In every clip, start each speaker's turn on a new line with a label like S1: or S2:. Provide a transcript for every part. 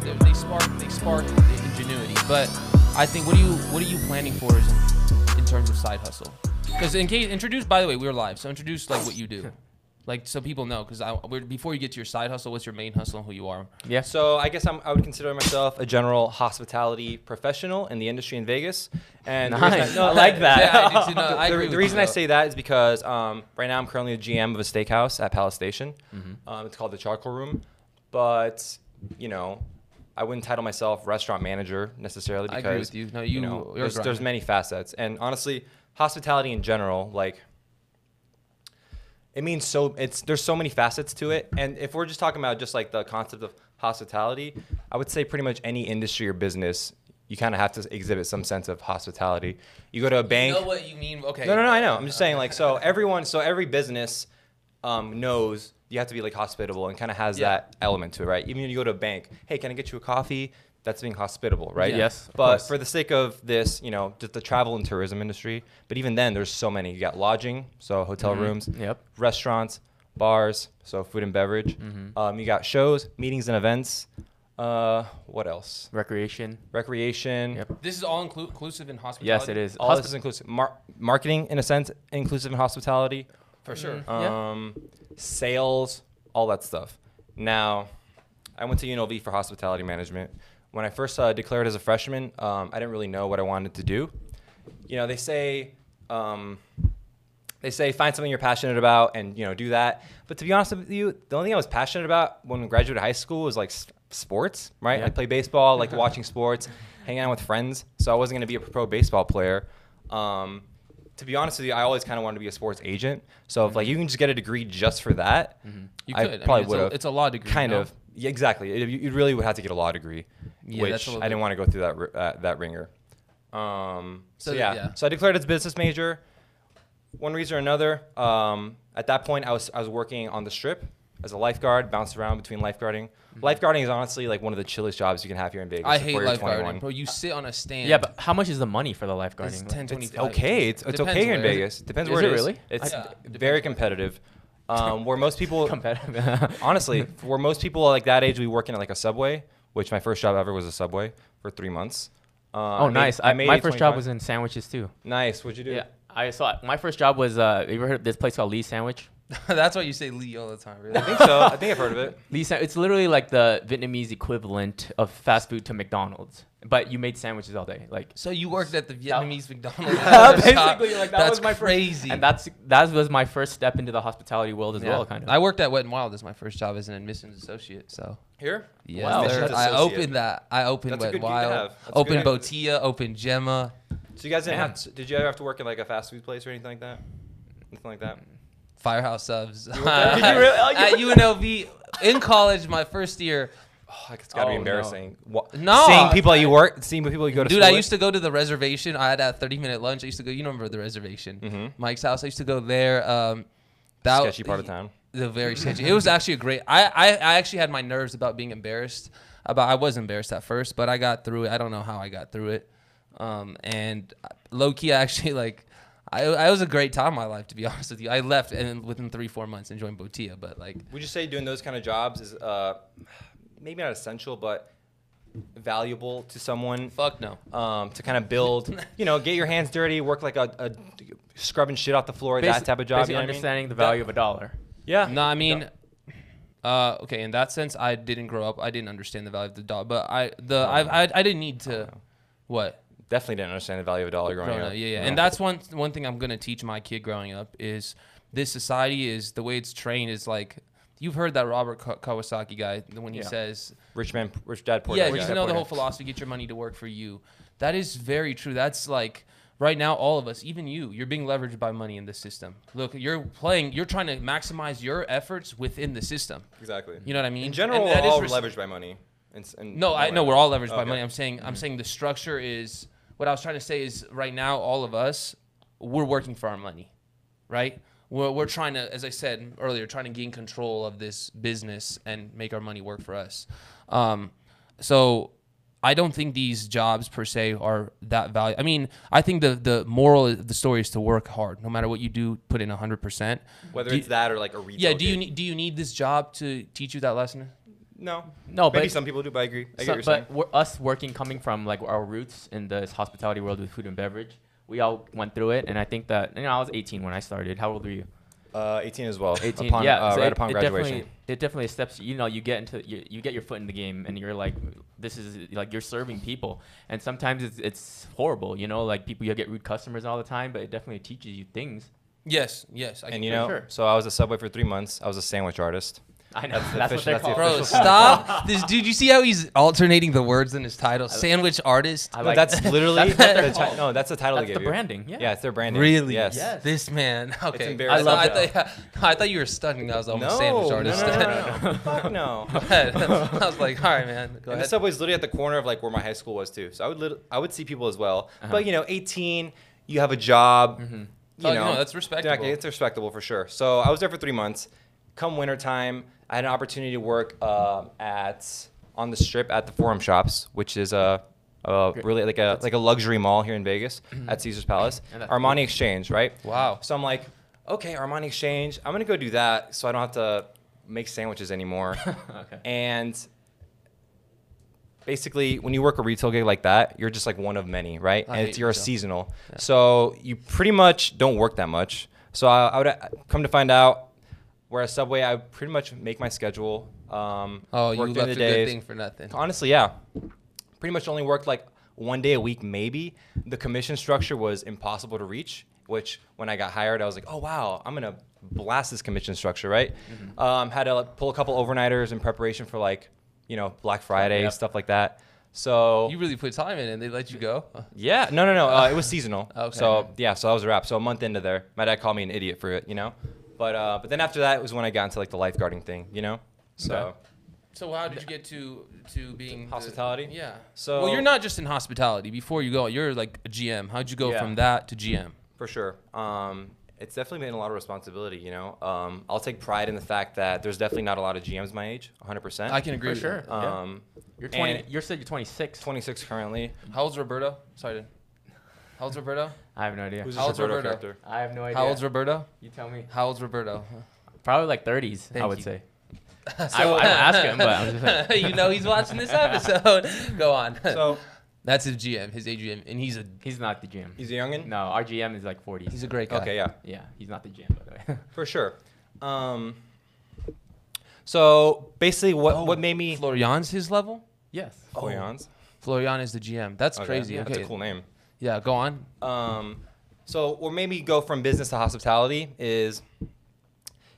S1: they, they spark they spark the ingenuity. But I think what are you what are you planning for is in, in terms of side hustle? Because in case introduce by the way we're live, so introduce like what you do. Like so people know, because I we're, before you get to your side hustle, what's your main hustle and who you are?
S2: Yeah. So I guess I'm, I would consider myself a general hospitality professional in the industry in Vegas. And the reason
S3: Nice.
S2: no,
S3: I like that.
S1: Yeah, I do too. No, I
S2: the,
S1: agree
S2: the
S1: with
S2: reason
S1: you,
S2: I
S1: though.
S2: say that is because um, right now I'm currently a GM of a steakhouse at Palace Station. Um, it's called the Charcoal Room, but you know, I wouldn't title myself restaurant manager necessarily
S1: I
S2: because
S1: agree with you. No, you-
S2: know,
S1: you're a
S2: there's, there's
S1: grinder.
S2: many facets, and honestly, hospitality in general, like it means so it's there's so many facets to it and if we're just talking about just like the concept of hospitality i would say pretty much any industry or business you kind of have to exhibit some sense of hospitality you go to a
S1: You
S2: bank
S1: know what you mean? Okay.
S2: no no no i know i'm just saying like so everyone so every business um, knows you have to be like hospitable and kind of has
S1: Yeah.
S2: that element to it right even when you go to a bank hey can i get you a coffee that's being hospitable right
S1: Yeah.
S3: Yes, of
S2: but
S3: course.
S2: for the sake of this you know just the travel and tourism industry but even then there's so many you got lodging so hotel rooms
S3: Mm-hmm. Yep.
S2: restaurants, bars, so food and beverage.
S3: Mm-hmm.
S2: Um, you got shows, meetings, and events. Uh, what else?
S3: Recreation.
S2: Recreation.
S3: Yep.
S1: This is all inclu- inclusive in hospitality.
S3: Yes, it is.
S2: All this
S3: Hospi-
S2: is inclusive. Mar- marketing, in a sense, inclusive in hospitality.
S1: for sure.
S3: Yeah.
S2: Um, Sales, all that stuff. Now, I went to UNLV for hospitality management. When I first uh, declared as a freshman, um, I didn't really know what I wanted to do. You know, they say. Um, they say find something you're passionate about and you know do that but to be honest with you the only thing i was passionate about when we graduated high school was like s- sports right
S3: Yeah.
S2: i play baseball like watching sports hanging out with friends so i wasn't going to be a pro baseball player um, to be honest with you i always kind of wanted to be a sports agent so if like you can just get a degree just for that
S1: Mm-hmm. You
S2: i
S1: could. I mean,
S2: probably
S1: it's a-
S2: would have
S1: it's a law degree,
S2: kind
S1: no?
S2: of yeah, exactly It- you you really would have to get a law degree
S1: Yeah,
S2: which
S1: that's a little
S2: i didn't
S1: bit-
S2: want to go through that ri- uh, that ringer um, so,
S1: So,
S2: yeah.
S1: yeah.
S2: so i declared as a business major one reason or another. Um, at that point, I was I was working on the strip as a lifeguard, bounced around between lifeguarding.
S3: Mm-hmm.
S2: Lifeguarding is honestly like one of the chillest jobs you can have here in Vegas.
S1: I hate
S2: before you're 21.
S1: lifeguarding, bro. You sit on a stand.
S3: Yeah, but how much is the money for the lifeguarding?
S1: it's
S3: Like,
S1: 10,
S2: It's
S1: 25.
S2: okay. It's, it's
S1: Depends
S2: okay here in
S1: where.
S2: Vegas. Depends
S3: Is
S2: where
S3: it
S2: it is.
S3: really?
S2: It's
S1: Yeah.
S2: very competitive. Um, where most people
S3: competitive.
S2: honestly, for most people like that age, we work in like a subway. Which my first job ever was a subway for three months. Uh,
S3: oh,
S2: I made-
S3: nice.
S2: I
S3: I,
S2: made
S3: my first job
S2: 25.
S3: was in sandwiches too.
S2: nice. What'd you do?
S3: Yeah, I saw. My first job was. Uh, you ever heard of this place called Lee's Sandwich?
S1: That's why you say Lee all the time. Really.
S2: I think so. I think I've heard of it.
S3: Lee's. Sa- It's literally like the Vietnamese equivalent of fast food to McDonald's, but you made sandwiches all day. Like,
S1: So you worked at the Vietnamese McDonald's.
S3: Yeah,
S1: at the shop.
S3: basically, like, that
S1: that's
S3: was my first-
S1: crazy.
S3: and that's that was my first step into the hospitality world as
S1: Yeah.
S3: well, kind of.
S1: I worked at Wet and Wild as my first job as an admissions associate. So
S2: Here.
S1: yeah,
S3: Wow.
S2: Admissions
S1: I
S2: associate.
S1: opened that. I opened
S2: That's a
S1: Wet
S2: good
S1: and
S2: gig to
S1: Wild.
S2: have. That's a good
S1: Opened
S2: gig.
S1: Botia. Opened Gemma.
S2: So you guys didn't
S3: Man.
S2: have? To, did you ever have to work in like a fast food place or anything like that? Nothing like that.
S1: Firehouse subs.
S2: worked there? Did you really? Oh, you
S1: at
S2: worked
S1: UNLV in college, my first year.
S2: Oh, it's gotta
S3: Oh,
S2: be
S3: no.
S2: embarrassing. Wha-
S1: No.
S2: seeing people you work, seeing people you go to.
S1: Dude,
S2: school
S1: I
S2: with.
S1: used to go to the reservation. I had a 30 minute lunch. I used to go, you remember the reservation,
S2: Mhm.
S1: Mike's house. I used to go there. Um, that
S2: sketchy part of town.
S1: The very sketchy. It was actually a great. I, I I actually had my nerves about being embarrassed. About I was embarrassed at first, but I got through it. I don't know how I got through it. Um, and low key, I actually like. I, I was a great time in my life to be honest with you. I left and then within three four months and joined Botia, but like
S2: Would you say doing those kind of jobs is uh, maybe not essential, but valuable to someone
S1: fuck no.
S2: um, to kind of build? You know, get your hands dirty, work like a, a scrubbing shit off the floor,
S3: Basi-
S2: that type of job.
S3: basically
S2: You know what I mean?
S3: understanding the value of a dollar.
S2: Yeah.
S1: No, I mean, uh, okay. In that sense, I didn't grow up. I didn't understand the value of the dollar. But I, the, I, I, I didn't need to. What?
S2: Definitely didn't understand the value of a dollar growing
S1: Growing
S2: up.
S1: up, Yeah, yeah. And that's one one thing I'm gonna teach my kid growing up is this society is the way it's trained is like you've heard that Robert Ka- Kawasaki guy when he
S3: Yeah.
S1: says
S2: rich man, rich dad, poor
S1: yeah,
S2: dad.
S1: you
S2: guy.
S1: know the whole philosophy: get your money to work for you. That is very true. That's like right now, all of us, even you, you're being leveraged by money in the system. Look, you're playing. You're trying to maximize your efforts within the system.
S2: Exactly.
S1: You know what I mean?
S2: In general,
S1: And
S2: we're
S1: that is
S2: all
S1: res-
S2: leveraged by money. And, s- and
S1: No, I no,
S2: whatever.
S1: we're all leveraged by
S2: Okay.
S1: money. I'm saying I'm saying the structure is what I was trying to say is right now all of us we're working for our money, right? We're, we're trying to, as I said earlier, trying to gain control of this business and make our money work for us. Um, so I don't think these jobs per se are that value. I mean, I think the the moral of the story is to work hard, no matter what you do, put in hundred percent.
S2: Whether
S1: Do you-
S2: it's that or like a retail.
S1: Yeah. Do you
S2: gig.
S1: need, do you need this job to teach you that lesson?
S2: No.
S3: No,
S2: Maybe
S3: but-
S2: some people do, but I agree. I get
S3: So-
S2: what you're saying.
S3: but we're, us working coming from like our roots in this hospitality world with food and beverage, we all went through it, and I think that you know I was 18 when I started. How old were you?
S2: Uh, 18 as well.
S3: 18.
S2: Upon,
S3: yeah,
S2: uh,
S3: so
S2: right
S3: it,
S2: upon
S3: it
S2: graduation.
S3: Definitely, it definitely steps. You know, you get into you, you get your foot in the game, and you're like, this is like you're serving people, and sometimes it's it's horrible. You know, like people you get rude customers all the time, but it definitely teaches you things.
S1: Yes, yes. I
S2: and you
S3: For
S2: know,
S3: sure.
S2: so I was a Subway for three months. I was a sandwich artist.
S3: I know
S2: That's
S3: that's,
S2: the
S3: what
S2: fish-
S3: they're
S2: that's the
S3: called.
S1: Bro, stop this dude. You see how he's alternating the words in his title? Sandwich artist.
S3: I
S2: No,
S3: like-
S2: that's literally
S3: That's what they're
S2: the ti-
S3: called.
S2: no. That's the title
S3: That's
S2: they
S3: the
S2: gave you.
S3: branding. Yeah.
S2: Yeah, it's their branding.
S1: Really?
S2: Yes.
S3: Yes.
S1: This man. Okay.
S2: embarrassing.
S1: I,
S2: I
S1: thought,
S2: love
S1: I, thought, I thought you were studying. I was almost sandwich artist.
S2: No, no, no, no. Fuck no.
S1: I was like, all right, man. Go
S2: and the
S1: ahead.
S2: subway's literally at the corner of like where my high school was too. So I would lit- I would see people as well. But you know, 18, you have a job. You
S1: Uh-huh. Oh,
S2: know,
S1: no, that's
S2: Exactly,
S1: respectable.
S2: It's respectable for sure. So I was there for three months. Come wintertime, I had an opportunity to work um at on the strip at the Forum Shops, which is a, a really like a like a luxury mall here in Vegas
S1: Mm-hmm.
S2: at Caesar's Palace,
S3: And that's
S2: Armani Exchange, right?
S1: Wow.
S2: So I'm like, okay, Armani Exchange. I'm gonna go do that, so I don't have to make sandwiches anymore.
S3: Okay.
S2: And basically, when you work a retail gig like that, you're just like one of many, right?
S1: I
S2: and
S1: hate
S2: it's, you're a
S1: retail.
S2: seasonal, so you pretty much don't work that much. So I, I would uh, come to find out, where at Subway, I would pretty much make my schedule. Um,
S1: Oh, you
S2: work during
S1: left
S2: the
S1: a good
S2: days.
S1: thing for nothing.
S2: Honestly, yeah. Pretty much only worked like one day a week, maybe. The commission structure was impossible to reach, which when I got hired, I was like, oh, wow, I'm going to blast this commission structure, right? Um, had to like, pull a couple overnighters in preparation for like, you know, Black Friday,
S3: Yep.
S2: stuff like that. So,
S1: You really put time in and they let you go.
S2: yeah, no, no, no. Uh, it was seasonal.
S1: Okay.
S2: So, yeah, so that was a wrap. So, a month into there, my dad called me an idiot for it, you know? But, uh, but then after that was when I got into like the lifeguarding thing, you know? So,
S3: Okay.
S1: So how did you get to to being the-
S2: Hospitality?
S1: yeah.
S2: So-
S1: well, you're not just in hospitality. Before you go, you're like a GM. How'd you go
S2: Yeah.
S1: from that to GM?
S2: For sure. Um, it's definitely been a lot of responsibility, you know. Um, I'll take pride in the fact that there's definitely not a lot of GMs my age, 100%.
S1: I can agree.
S3: For
S1: with
S3: sure.
S1: that.
S3: yeah.
S2: Um,
S3: You're 20.
S2: and-
S3: You said you're 26.
S2: 26 currently.
S1: How old's Roberto? Sorry. to- How old's Roberto?
S3: I have no idea.
S2: Who's
S1: How
S2: this
S1: old's
S2: Roberto
S1: Roberto?
S2: character?
S3: I have no idea.
S1: How old's Roberto?
S3: you tell me.
S1: How old's Roberto?
S3: Probably like 30s. I
S1: Thank
S3: would
S1: you.
S3: say. I, will- I will ask him, but I'm just like,
S1: you know he's watching this episode. Go on.
S2: So
S1: That's his GM, his AGM, and he's a
S3: he's not the GM.
S2: he's a youngin.
S3: No, our GM is like 40s.
S1: he's a great guy.
S2: Okay, yeah,
S3: Yeah, he's not the GM, by the way.
S2: for sure. Um, so basically, what
S1: Oh,
S2: what made me
S1: Florian's his level.
S3: yes.
S1: Oh,
S2: Koyans?
S1: Florian is the GM. That's crazy. Okay.
S2: That's a cool name.
S1: Yeah, go on.
S2: Um, so what made me go from business to hospitality is,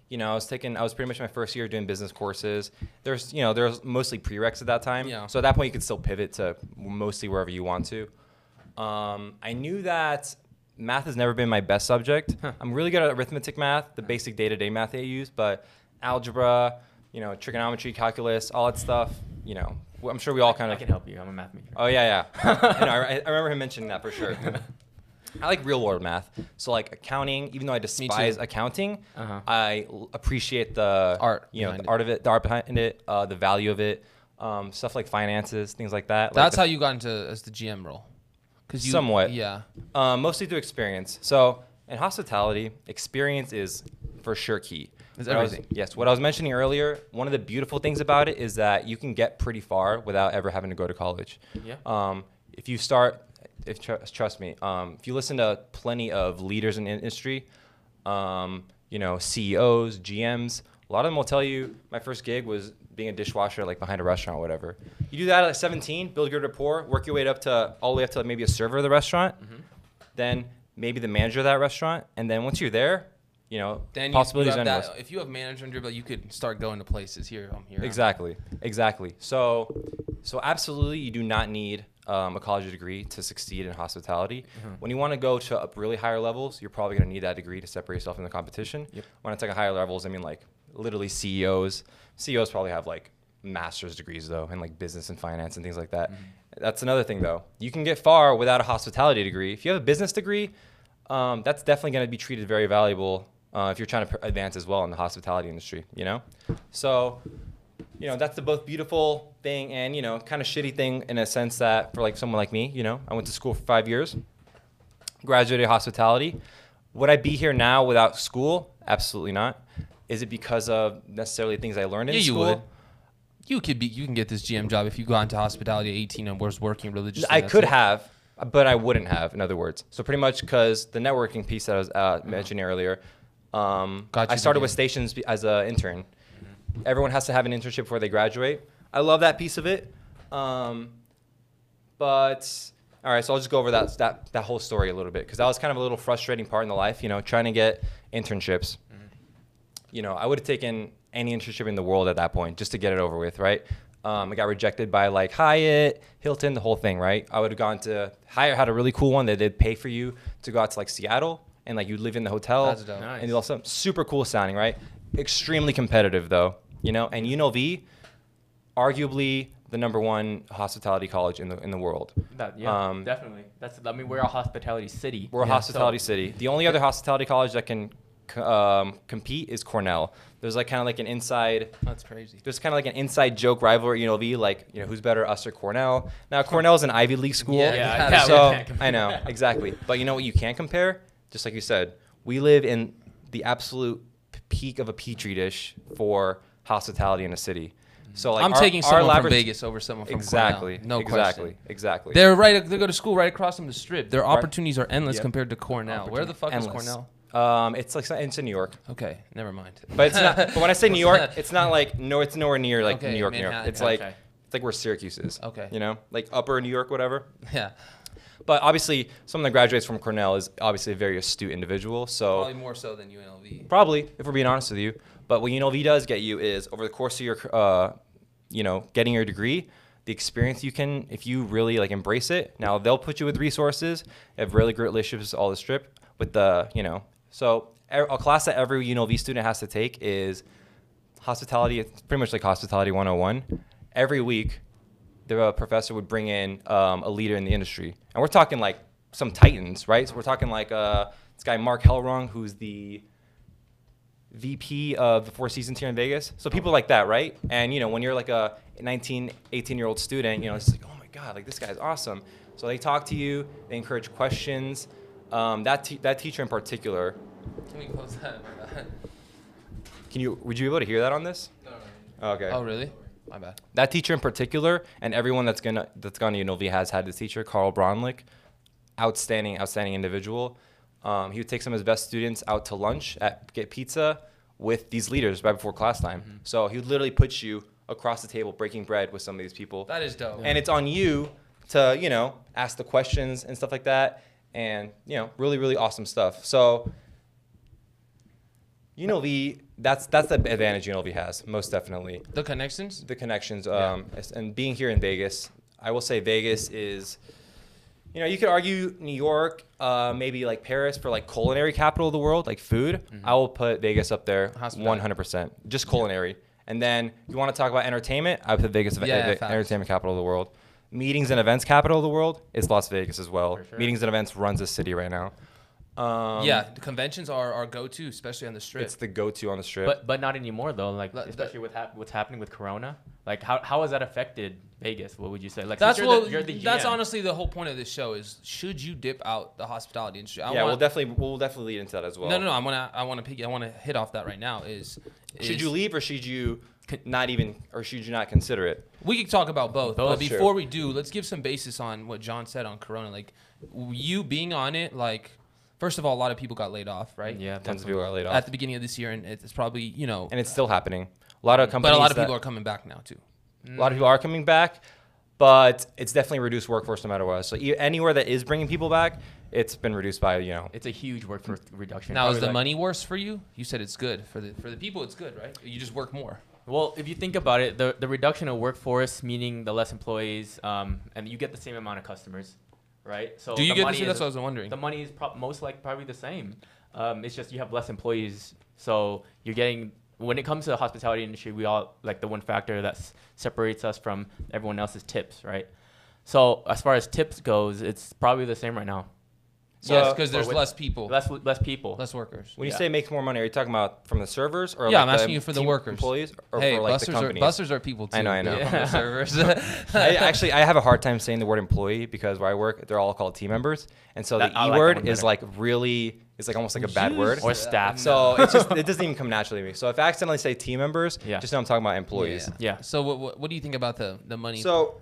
S2: you know, I was taking, I was pretty much my first year doing business courses. There's, you know, there's mostly prereqs at that time.
S1: Yeah.
S2: So at that point, you could still pivot to mostly wherever you want to. Um, I knew that math has never been my best subject. I'm really good at arithmetic math, the basic day-to-day math that I use, but algebra, you know, trigonometry, calculus, all that stuff, you know, I'm sure we all kind
S3: I
S2: of
S3: can help you. I'm a math major.
S2: Oh yeah, yeah. I, know, I, I remember him mentioning that for sure. I like real world math. So like accounting, even though I
S1: too.
S2: despise accounting,
S3: Uh-huh.
S2: I l- appreciate the
S1: Art
S2: You know,
S1: behind
S2: the
S1: it.
S2: art of it, the art behind it, uh, the value of it, um, stuff like finances, things like that.
S1: That's
S2: like
S1: how you got into as the GM role. Cause you,
S2: Somewhat.
S1: Yeah.
S2: how. um, mostly through experience. So in hospitality, experience is for sure key.
S1: It's
S2: What I was-
S1: everything.
S2: yes. What I was mentioning earlier, one of the beautiful things about it is that you can get pretty far without ever having to go to college.
S3: Yeah.
S2: Um, if you start, if tr- trust me, um, if you listen to plenty of leaders in industry, um, you know CEOs, GMs, a lot of them will tell you, my first gig was being a dishwasher, like behind a restaurant, or whatever. You do that at 17, build your rapport, work your way up to all the way up to maybe a server of the
S1: Mm-hmm.
S2: restaurant, then maybe the manager of that restaurant, and then once you're there, you know
S1: Then possibilities you
S2: possibilities are
S1: have
S2: endless.
S1: that, if you have manager under your belt, you could start going to places here, I'm here. I'm-
S2: Exactly. Exactly. So, so absolutely, you do not need um, a college degree to succeed in hospitality. When you want to go to up really higher levels, you're probably going to need that degree to separate yourself from the competition.
S3: Yep.
S2: When I talk higher levels, I mean like literally E CEOs. CEOs probably have like master's degrees though, and like business and finance and things like that. That's another thing though. You can get far without a hospitality degree. If you have a business degree, um, that's definitely going to be treated very valuable uh, if you're trying to pr- advance as well in the hospitality industry. You know, so you know that's the both beautiful thing and you know kind of shitty thing in a sense that for like someone like me you know i went to school for five years graduated hospitality would i be here now without school absolutely not is it because of necessarily things i learned in
S1: Yeah, you
S2: school
S1: would. you could be you can get this GM job if you got into hospitality at 18 and was working religiously.
S2: I
S1: That's
S2: could
S1: it.
S2: have, but I wouldn't have. In other words, so pretty much because the networking piece that I was uh, mentioning earlier, um,
S1: Uh-huh. Got
S2: I
S1: you Mm-hmm.
S2: started
S1: the
S2: with
S1: game.
S2: stations be- as an intern. Everyone has to have an internship before they graduate. I love that piece of it, um, but all right. So I'll just go over that that that whole story a little bit because that was kind of a little frustrating part in the life. You know, trying to get internships you know, I would have taken any internship in the world at that point just to get it over with, right? Um, I got rejected by like Hyatt, Hilton, the whole thing, right? I would have gone to Hyatt had a really cool one that they'd pay for you to go out to like Seattle and like you live in the hotel
S1: That's dope.
S3: Nice.
S2: and also super cool sounding, right? Extremely competitive though, you know. And UNLV, arguably the number one hospitality college in the in the world.
S3: That, yeah,
S2: Um,
S3: definitely. That's. I mean, we're a hospitality city.
S2: We're a
S3: Yeah,
S2: hospitality
S3: so-
S2: city. The only other hospitality college that can c- um, compete is Cornell. There's like kind of like an inside
S1: That's crazy.
S2: there's kind of like an inside joke rivalry at UNLV, like you know who's better, us or Cornell. Now Cornell's an Ivy League school,
S1: Yeah, yeah, yeah, we
S2: so
S3: can't compare.
S2: I know exactly. But you know what you can compare? Just like you said, we live in the absolute p- peak of a petri dish for hospitality in a city. So like
S1: Mm-hmm. I'm
S2: our-
S1: taking
S2: our
S1: someone
S2: laborat-
S1: from Vegas over someone from
S2: exactly,
S1: Cornell. No
S2: exactly,
S1: question.
S2: exactly.
S1: They're right. They go to school right across from the strip. Their
S2: Right.
S1: opportunities are endless
S2: Yep.
S1: compared to Cornell. Where the fuck is
S2: Endless.
S1: Cornell?
S2: Um, it's like it's in New York.
S1: Okay, never mind.
S2: But it's not. But when I say New
S1: What's
S2: York,
S1: that?
S2: it's not like no. It's nowhere near like
S1: Okay,
S2: New York, New York.
S1: Manhattan,
S2: It's like
S3: okay.
S2: it's like where Syracuse is.
S1: Okay.
S2: You know, like upper New York, whatever.
S1: yeah,
S2: But obviously, someone that graduates from Cornell is obviously a very astute individual. So
S1: probably
S2: probably,
S1: more so than UNLV.
S2: if we're being honest with you. But what UNLV does get you is over the course of your, uh, you know, getting your degree, the experience you can, if you really like embrace it. Now they'll put you with resources, have really great relationships all the strip with the, you know. So e- a class that every UNLV student has to take is hospitality. It's pretty much like hospitality 101. Every week, the uh, professor would bring in um, a leader in the industry, and we're talking like some titans, right? So we're talking like uh, this guy Mark Hellrung, who's the VP of the Four Seasons here in Vegas. So people like that, right? And you know, when you're like a 19, 18 year old student, you know, it's like, oh my god, like this guy's awesome. So they talk to you, they encourage questions. Um, that te- that teacher in particular,
S1: Can we close that?
S2: can you would you be able to hear that on this? Okay.
S1: Oh really? My bad.
S2: that teacher in particular, and everyone that's gonna that's gone to UNLV has had this teacher, Carl Bronlick, outstanding, outstanding individual. Um, he would take some of his best students out to lunch at get pizza with these leaders right before class time. So he would literally put you across the table breaking bread with some of these people,
S1: That is dope.
S2: and it's on you to you know ask the questions and stuff like that, and you know really really awesome stuff. So UNLV, that's that's the advantage UNLV has most definitely
S1: the connections.
S2: the connections um, as- and being here in Vegas. I will say Vegas is, you know, you could argue New York, uh, maybe like Paris for like culinary capital of the world, like food. I will put Vegas up there,
S1: Mm-hmm. Hospitality.
S2: one hundred percent, just culinary. And then you want to talk about entertainment? I put Vegas as
S1: Yeah,
S2: the
S1: facts.
S2: entertainment capital of the world. Meetings and events capital of the world is Las Vegas as well.
S3: For sure.
S2: Meetings and events runs the city right now. Um,
S1: yeah, the conventions are our go-to, especially on the strip.
S2: it's the go-to on the strip.
S3: But but not anymore though. Like
S1: Like, the-
S3: especially with hap what's happening with Corona. Like how how has that affected Vegas? What would you say? Like since
S1: that's
S3: you're
S1: what.
S3: the- you're the
S1: that's
S3: GM.
S1: honestly the whole point of this show is: should you dip out the hospitality industry? I
S2: yeah,
S1: wanna-
S2: we'll definitely we'll definitely lead into that as well.
S1: No, no, no. I want to. I want to pick. I want to hit off that right now. Is,
S2: Should
S1: is-
S2: you leave or should you not even or should you not consider it?
S1: We could talk about both, but
S2: Both, sure.
S1: before we do, let's give some basis on what John said on Corona. Like you being on it, like first of all, a lot of people got laid off, right?
S3: Yeah,
S2: Tons of people are laid off,
S1: At the beginning of this year, and it's probably you know,
S2: and it's still happening. A lot of companies,
S1: but a lot of
S2: that-
S1: people are coming back now too.
S2: a lot of people are coming back, but it's definitely reduced workforce no matter what. So e- anywhere that is bringing people back, it's been reduced by you know.
S3: it's a huge workforce reduction.
S1: Now, is
S3: Probably
S1: the
S3: like-
S1: money worse for you? You said it's good for the for the people. It's good, right? You just work more.
S3: Well, if you think about it, the, the reduction of workforce, meaning the less employees, um, and you get the same amount of customers, right? So
S1: do you
S3: the
S1: get
S3: money
S1: this? That's
S3: is-
S1: what I was wondering.
S3: the money is prob- most like probably the same. Um, it's just you have less employees, so you're getting. When it comes to the hospitality industry, we all like the one factor that s- separates us from everyone else is tips, right? So as far as tips goes, it's probably the same right now.
S1: yes,
S2: So-
S1: because there's
S3: Or with-
S1: less people, less,
S3: Less less people.
S1: workers.
S2: When you
S3: Yeah.
S2: say make more money, are you talking about from the servers or
S1: Yeah,
S2: like
S1: I'm asking you for the
S2: team
S1: workers.
S2: employees or
S1: hey,
S2: for like
S1: busters
S2: the
S1: are
S2: companies?
S1: busters are people too.
S2: I know, I know.
S1: They're from the
S3: Yeah.
S1: servers.
S2: I actually I have a hard time saying the word employee because where I work, they're all called team members, and so
S3: That-
S2: the e
S3: I like that
S2: word
S3: one
S2: is
S3: better.
S2: like really It's like almost like a bad word.
S3: Or staff.
S2: So it's just it doesn't even come naturally to me. So if I accidentally say team members,
S3: Yeah.
S2: just know I'm talking about employees.
S3: Yeah.
S1: So what, what what do you think about the the money?
S2: So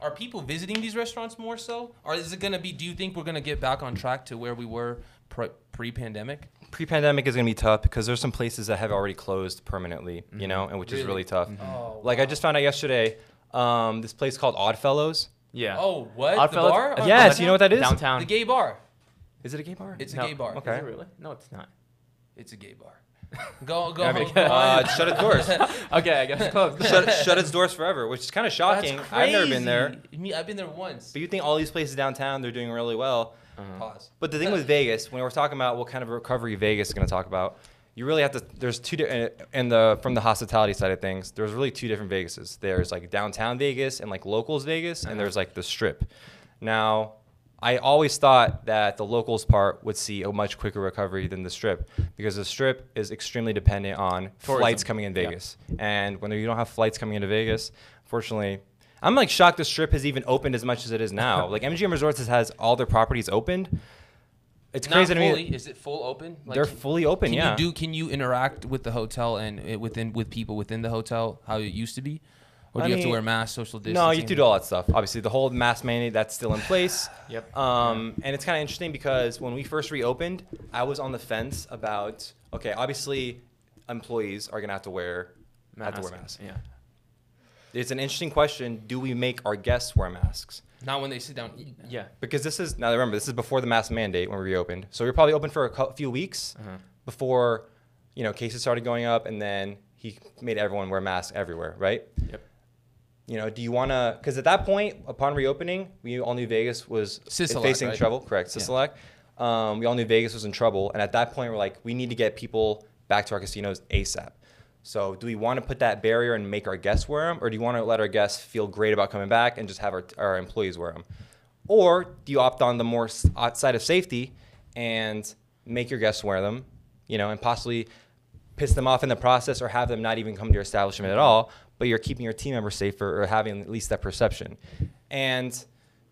S1: are people visiting these restaurants more so, or is it gonna be? Do you think we're gonna get back on track to where we were pre pandemic?
S2: pre-pandemic is going to be tough because there's some places that have already closed permanently, you know, and which is
S1: Mm-hmm. Really?
S2: really tough.
S1: Oh,
S2: Like I just found out yesterday, um, this place called Oddfellows.
S3: Yeah.
S1: Oh, what the
S3: Oddfellows-
S1: bar?
S3: Oddfellows
S2: Yes, you know what that is?
S3: Downtown.
S1: the gay bar.
S2: Is it a gay bar?
S1: It's a
S3: No.
S1: gay bar.
S2: Okay.
S3: Is it really? No, it's not.
S1: It's a gay bar. Go go.
S2: Yeah,
S1: home.
S2: but- uh, shut its doors.
S3: Okay, I guess it's closed.
S2: shut, shut its doors forever, which is kind of
S1: That's
S2: shocking. I've never been there.
S1: crazy. Me, I've been there once.
S2: But you think all these places downtown they're doing really well.
S1: Pause.
S2: But the thing with Vegas, when we're talking about what kind of recovery Vegas is going to talk about, you really have to. There's two different, and the from the hospitality side of things, there's really two different Vegases. There's like downtown Vegas and like locals Vegas,
S3: Uh-huh.
S2: and there's like the Strip. Now, I always thought that the locals part would see a much quicker recovery than the Strip because the Strip is extremely dependent on
S3: Tourism.
S2: flights coming in
S3: Yeah.
S2: Vegas, and when you don't have flights coming into Vegas, unfortunately. I'm like shocked the strip has even opened as much as it is now. Like MGM Resorts has all their properties opened, it's
S1: Not
S2: crazy to
S1: fully.
S2: me.
S1: Is it full open? Like,
S2: They're
S1: can-
S2: fully open.
S1: Can
S2: yeah.
S1: you do? Can you interact with the hotel and it, within with people within the hotel how it used to be, or do
S2: I
S1: you have to
S2: mean,
S1: wear masks, social distancing?
S2: no, you have to do all that stuff. Obviously, the whole mask mandate that's still in place.
S3: Yep.
S2: Um, and it's kind of interesting because when we first reopened, I was on the fence about okay, obviously, employees are gonna have to wear have to wear masks.
S3: Yeah.
S2: It's an interesting question. Do we make our guests wear masks?
S1: Not when they sit down. and eat.
S3: Yeah.
S2: Because this is now remember this is before the mask mandate when we reopened. So we were probably open for a cou- few weeks
S1: Uh-huh.
S2: before, you know, cases started going up, and then he made everyone wear masks everywhere, right?
S3: Yep.
S2: You know, do you want to? Because at that point, upon reopening, we all knew Vegas was
S1: Sisalak,
S2: facing
S1: right?
S2: trouble. Correct,
S1: Yeah.
S2: Sisalak. Um, we all knew Vegas was in trouble, and at that point, we're like, we need to get people back to our casinos ASAP. So, do we want to put that barrier and make our guests wear them, or do you want to let our guests feel great about coming back and just have our, our employees wear them? Or do you opt on the more s- side of safety and make your guests wear them, you know, and possibly piss them off in the process or have them not even come to your establishment at all, but you're keeping your team members safer or having at least that perception. And,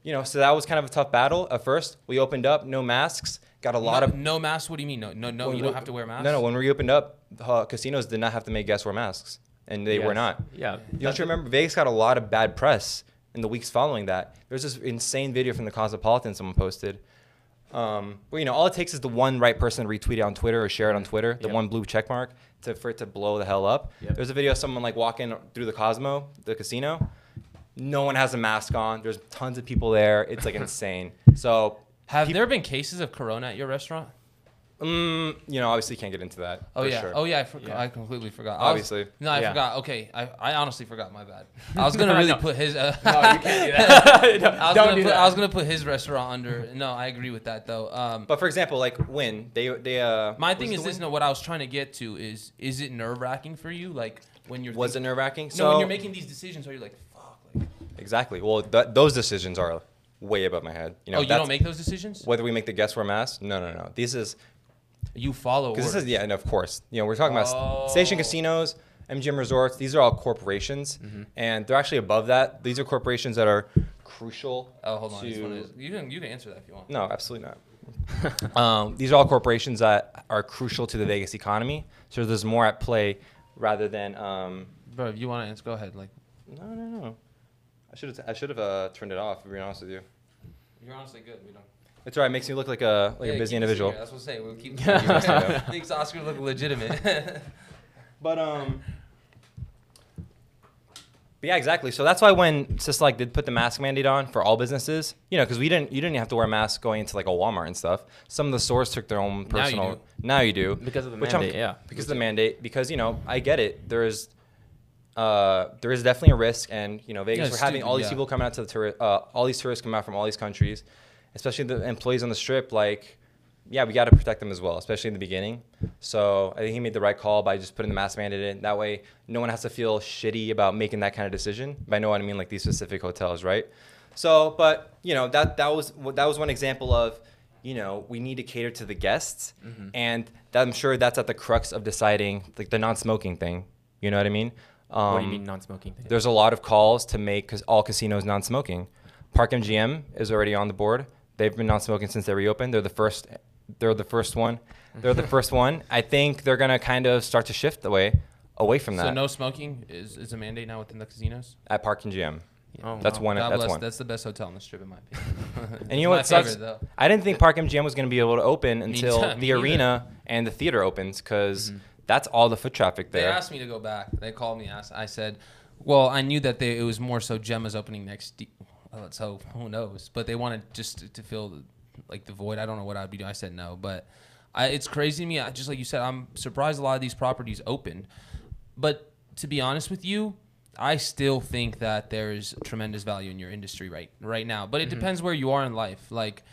S2: you know, so that was kind of a tough battle at first. We opened up, no masks, got a lot
S1: no,
S2: of.
S1: no masks. What do you mean? No, no, no.
S2: when
S1: You
S2: we-
S1: don't have to wear masks.
S2: No, no. When we opened up, uh, casinos did not have to make guests wear masks, and they were
S3: Yes.
S2: not.
S3: Yeah.
S2: You don't you remember Vegas got a lot of bad press in the weeks following that. There's this insane video from the Cosmopolitan someone posted. Um, well, you know, all it takes is the one right person to retweet it on Twitter or share it on Twitter, the
S3: Yep.
S2: one blue check mark, to, for it to blow the hell up.
S3: Yep.
S2: There's a video of someone like walking through the Cosmo, the casino. No one has a mask on. There's tons of people there. It's like insane. So,
S1: Have
S2: peop-
S1: there been cases of corona at your restaurant?
S2: mm, you know, obviously can't get into that.
S1: Oh
S2: for
S1: yeah.
S2: sure.
S1: Oh yeah. I forgot.
S3: Yeah.
S1: I completely forgot. I was-
S2: Obviously.
S1: no, I
S3: Yeah.
S1: forgot. Okay. I, I honestly forgot. My bad. I was gonna
S3: No,
S1: really
S3: no.
S1: put his. Uh,
S3: No,
S1: I was
S3: don't
S1: gonna
S3: do
S1: put,
S3: that.
S1: I was gonna put his restaurant under. No, I agree with that though. Um,
S2: But for example, like Win, they they uh.
S1: my
S2: was
S1: thing
S2: it
S1: is this.
S2: Wynn?
S1: No, what I was trying to get to is, is it nerve wracking for you? Like when you're
S2: was it
S1: thinking-
S2: nerve wracking?
S1: no when you're making these decisions, are you like fuck? Like,
S2: Exactly. Well, th- those decisions are way above my head. You know,
S1: oh, you
S2: that's-
S1: don't make those decisions.
S2: whether we make the guests wear masks. No, no, no. This is
S1: You follow.
S2: because this
S1: orders.
S2: is yeah, and of course, you know, we're talking about s- station
S1: Oh.
S2: casinos, MGM resorts. These are all corporations,
S1: Mm-hmm.
S2: and they're actually above that. These are corporations that are crucial.
S1: Oh, hold on.
S2: to-
S1: This one is, you can you can answer that if you want.
S2: no, absolutely not. um, these are all corporations that are crucial to the Vegas economy. So there's more at play rather than. Um,
S1: Bro, if you want to answer, go ahead. Like
S2: no, no, no. I should have I should have uh, turned it off. To be honest with you,
S1: you're honestly good. We don't.
S2: it's alright. Makes me look like a like a
S1: Yeah,
S2: busy
S1: keep us
S2: individual.
S1: here, That's what I'm saying. We'll keep.
S2: us here.
S1: Makes Oscar look legitimate.
S2: But um. But yeah, exactly. So that's why when Sisalak did put the mask mandate on for all businesses, you know, because we didn't, you didn't have to wear masks going into like a Walmart and stuff. Some of the stores took their own
S1: Now you
S2: personal.
S1: do.
S2: Now you do.
S3: Because of the
S2: Which
S3: mandate, yeah.
S2: Because of the mandate, because you know, I get it. There is, uh, there is definitely a risk, and you know, Vegas.
S1: Yeah,
S2: we're having all these
S1: stupid, yeah.
S2: people coming out to the tourist. Uh, all these tourists come out from all these countries, especially the employees on the strip. Like, yeah, we got to protect them as well, especially in the beginning. So I think he made the right call by just putting the mask mandate in. That way, no one has to feel shitty about making that kind of decision. By no one, I mean like these specific hotels, right? So, but you know that that was that was one example of, you know, we need to cater to the guests,
S3: Mm-hmm.
S2: and that, I'm sure that's at the crux of deciding like the non-smoking thing. You know what I mean? Um,
S3: what do you mean non-smoking?
S2: there's a lot of calls to make cas- all casinos non-smoking. Park MGM is already on the board. They've been non-smoking since they reopened. They're the first. They're the first one. They're the first one. I think they're gonna kind of start to shift away, away from that
S1: So no smoking is, is a mandate now within the casinos.
S2: at Parking GM.
S3: Oh,
S2: That's
S3: wow.
S2: one.
S1: God
S2: that's
S1: bless.
S2: one.
S1: That's the best hotel on the strip in my opinion.
S2: and you know
S1: My
S2: what sucks?
S1: favorite, though.
S2: I didn't think Park MGM was going to be able to open until
S1: too, me
S2: the
S1: either.
S2: arena and the theater opens because that's all the foot traffic
S1: They
S2: there.
S1: asked me to go back. They called me. and Asked. I said, "Well, I knew that they, it was more so Gemma's opening next. De- well, let's hope. Who knows? But they wanted just to, to fill the, like the void. I don't know what I'd be doing. I said no, but I, it's crazy to me. I, just like you said, I'm surprised a lot of these properties open. But to be honest with you, I still think that there is tremendous value in your industry right right now. But it depends where you are in life. Like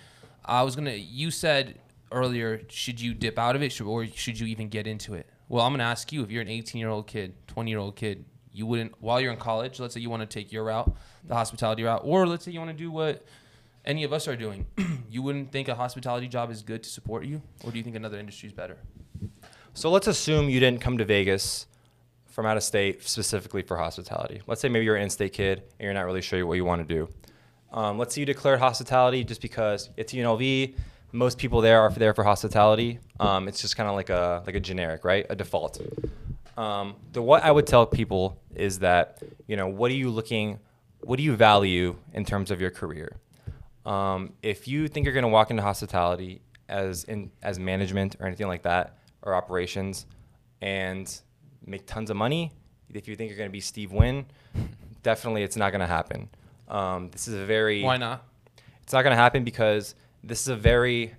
S1: I was gonna, you said earlier, should you dip out of it, should, or should you even get into it? Well, I'm gonna ask you. If you're an 18 year old kid, 20 year old kid, you wouldn't while you're in college. Let's say you want to take your route, the hospitality route, or let's say you want to do what any of us are doing. you wouldn't think a hospitality job is good to support you, or do you think another industry is better?
S2: So let's assume you didn't come to Vegas from out of state specifically for hospitality. Let's say maybe you're an in-state kid and you're not really sure what you want to do. Um, let's say you declared hospitality just because it's UNLV. Most people there are there for hospitality. Um, it's just kind of like a like a generic, right? A default. Um, the what I would tell people is that you know what are you looking, what do you value in terms of your career? Um, if you think you're going to walk into hospitality as in as management or anything like that or operations, and make tons of money, if you think you're going to be Steve Wynn, definitely it's not going to happen. Um, this is a very
S1: Why not?
S2: it's not going to happen because this is a very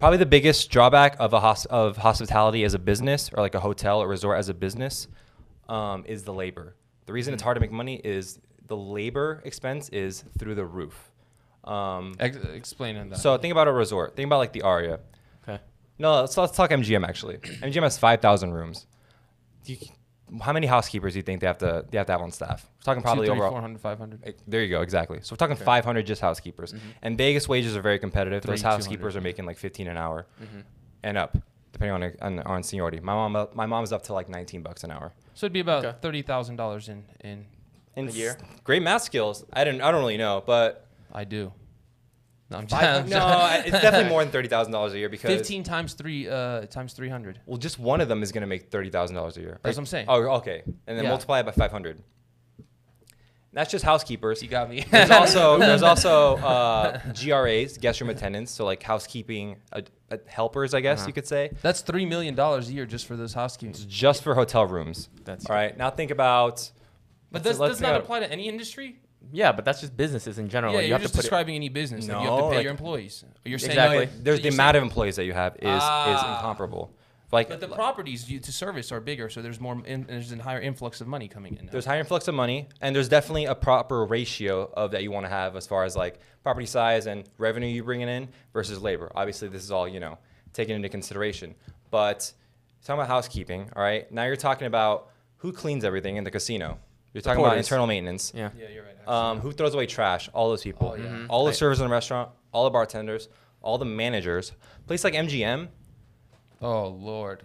S2: probably the biggest drawback of a hos- of hospitality as a business or like a hotel or resort as a business um, is the labor. The reason
S1: Mm.
S2: it's hard to make money is the labor expense is through the roof. Um,
S1: Ex- explain on that.
S2: so think about a resort. Think about like the Aria.
S3: Okay.
S2: No, let's, let's talk MGM actually. MGM has five thousand rooms. Do you- how many housekeepers do you think they have to they have to have on staff? We're talking probably
S1: Two, three,
S2: overall.
S1: 400, 500.
S2: Eh, There you go, exactly. So we're talking 500 just housekeepers,
S3: Mm-hmm.
S2: and Vegas wages are very competitive. Those
S1: Three, 200,
S2: housekeepers are
S1: yeah.
S2: making like 15 an hour,
S3: Mm-hmm.
S1: Mm-hmm.
S2: and up, depending on, on on seniority. My mom uh, my mom's up to like 19 bucks an hour.
S1: So it'd be about
S3: Okay.
S1: thirty thousand dollars in in.
S2: And
S3: A year?
S2: s- Great math skills. I don't I don't really know, but
S1: I do. No, I'm just,
S2: five,
S1: I'm
S2: no,
S1: just-
S2: I- it's definitely more than thirty thousand dollars a year because
S1: Fifteen times three uh, times three hundred.
S2: Well, just one of them is going to make thirty thousand dollars a year.
S1: That's
S2: Or-
S1: what I'm saying.
S2: Oh, okay. And then
S1: Yeah.
S2: multiply it by five hundred. That's just housekeepers.
S1: You got me.
S2: There's also there's also uh, GRAs, guest room attendants, so like housekeeping uh, uh, helpers, I guess
S3: Uh-huh.
S2: you could say,
S1: That's three million dollars a year just for those housekeeping.
S2: just for hotel rooms.
S3: That's-
S2: all right. Now think about.
S1: But
S2: let's-
S1: this
S2: let's
S1: does
S2: think
S1: not
S2: about-
S1: apply to any industry.
S3: Yeah, but that's just businesses in general.
S1: yeah,
S3: you
S1: you are
S3: have
S1: just
S3: to put
S1: describing any business. Like, you have to
S2: No,
S1: pay
S2: like-
S1: your employees. You're saying
S3: Exactly.
S1: like-
S2: There's
S1: so
S2: the
S1: you're
S2: amount
S1: saying-
S2: of employees that you have is is
S1: Ah.
S2: incomparable. Like
S1: But the properties you, to service are bigger, so there's more. In, there's a higher influx of money coming in. Now.
S2: there's higher influx of money and there's definitely a proper ratio of that you want to have as far as like property size and revenue you're bringing in versus labor obviously this is all you know taken into consideration but talking about housekeeping all right now you're talking about who cleans everything in the casino you're talking about
S3: porters.
S2: internal maintenance
S3: it. Yeah.
S1: yeah, you're right. actually.
S2: um, who throws away trash all those
S1: Oh,
S2: people
S1: yeah. Mhm.
S2: all the
S3: I-
S2: servers in the restaurant all the bartenders all the managers place like mgm
S1: oh lord.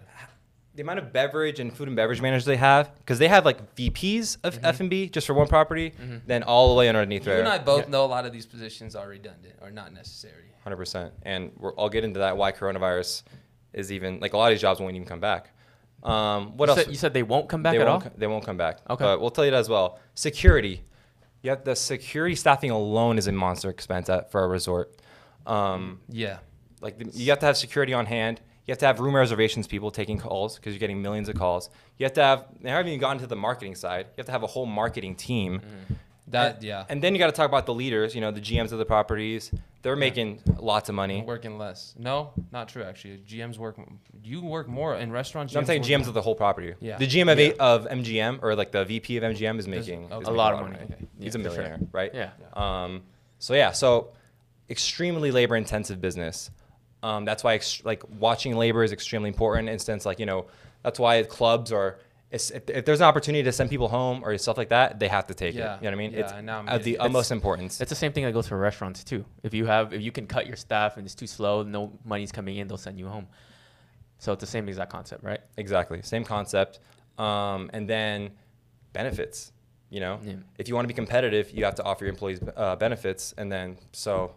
S2: the amount of beverage and food and beverage managers they have, because they have like VPs
S3: Mm-hmm.
S2: of F and B just for one property, then all the way underneath
S1: You and I
S2: there,
S1: both know a lot of these positions are redundant or not necessary.
S2: hundred percent. And we're, I'll get into that why coronavirus is even like a lot of these jobs won't even come back. Um, what
S3: you
S2: else?
S3: Said, you said they won't come back
S2: they
S3: at all.
S2: won't, co- They won't come back.
S3: Okay.
S2: But we'll tell you that as well. Security. You have the security staffing alone is a monster expense at, for a resort. Um,
S1: Yeah.
S2: like the, you have to have security on hand. You have to have room reservations people taking calls because you're getting millions of calls. You have to have. They haven't even gotten to the marketing side. You have to have a whole marketing team.
S1: Mm-hmm. That
S2: And-
S1: yeah.
S2: And then you got to talk about the leaders. You know, the GMs of the properties. They're making lots of money.
S1: working less. No, not true. Actually, GMs work. You work more in restaurants.
S2: I'm saying
S1: work
S2: GMs of the whole property.
S1: Yeah.
S2: The GM of,
S1: Yeah.
S2: of MGM or like the VP of MGM is
S1: okay.
S2: making is
S1: A
S2: making
S3: lot of money. Okay.
S2: He's
S3: Yeah,
S2: a
S3: for sure.
S2: millionaire, right?
S3: Yeah.
S2: Um, so yeah, so extremely labor intensive business. Um, that's why ex- like watching labor is extremely important. Instance like you know that's why clubs are it's- if, if there's an opportunity to send people home or stuff like that, they have to take
S1: Yeah.
S2: it. You know what I mean?
S1: Yeah,
S2: it's
S1: now I'm
S2: of the
S1: getting it.
S2: utmost importance.
S3: It's the same thing that goes for restaurants too. If you have, if you can cut your staff and it's too slow, no money's coming in, they'll send you home. So it's the same exact concept, right?
S2: Exactly. Same concept. Um, and then benefits. You know,
S3: Yeah.
S2: if you want to be competitive, you have to offer your employees uh, benefits. And then so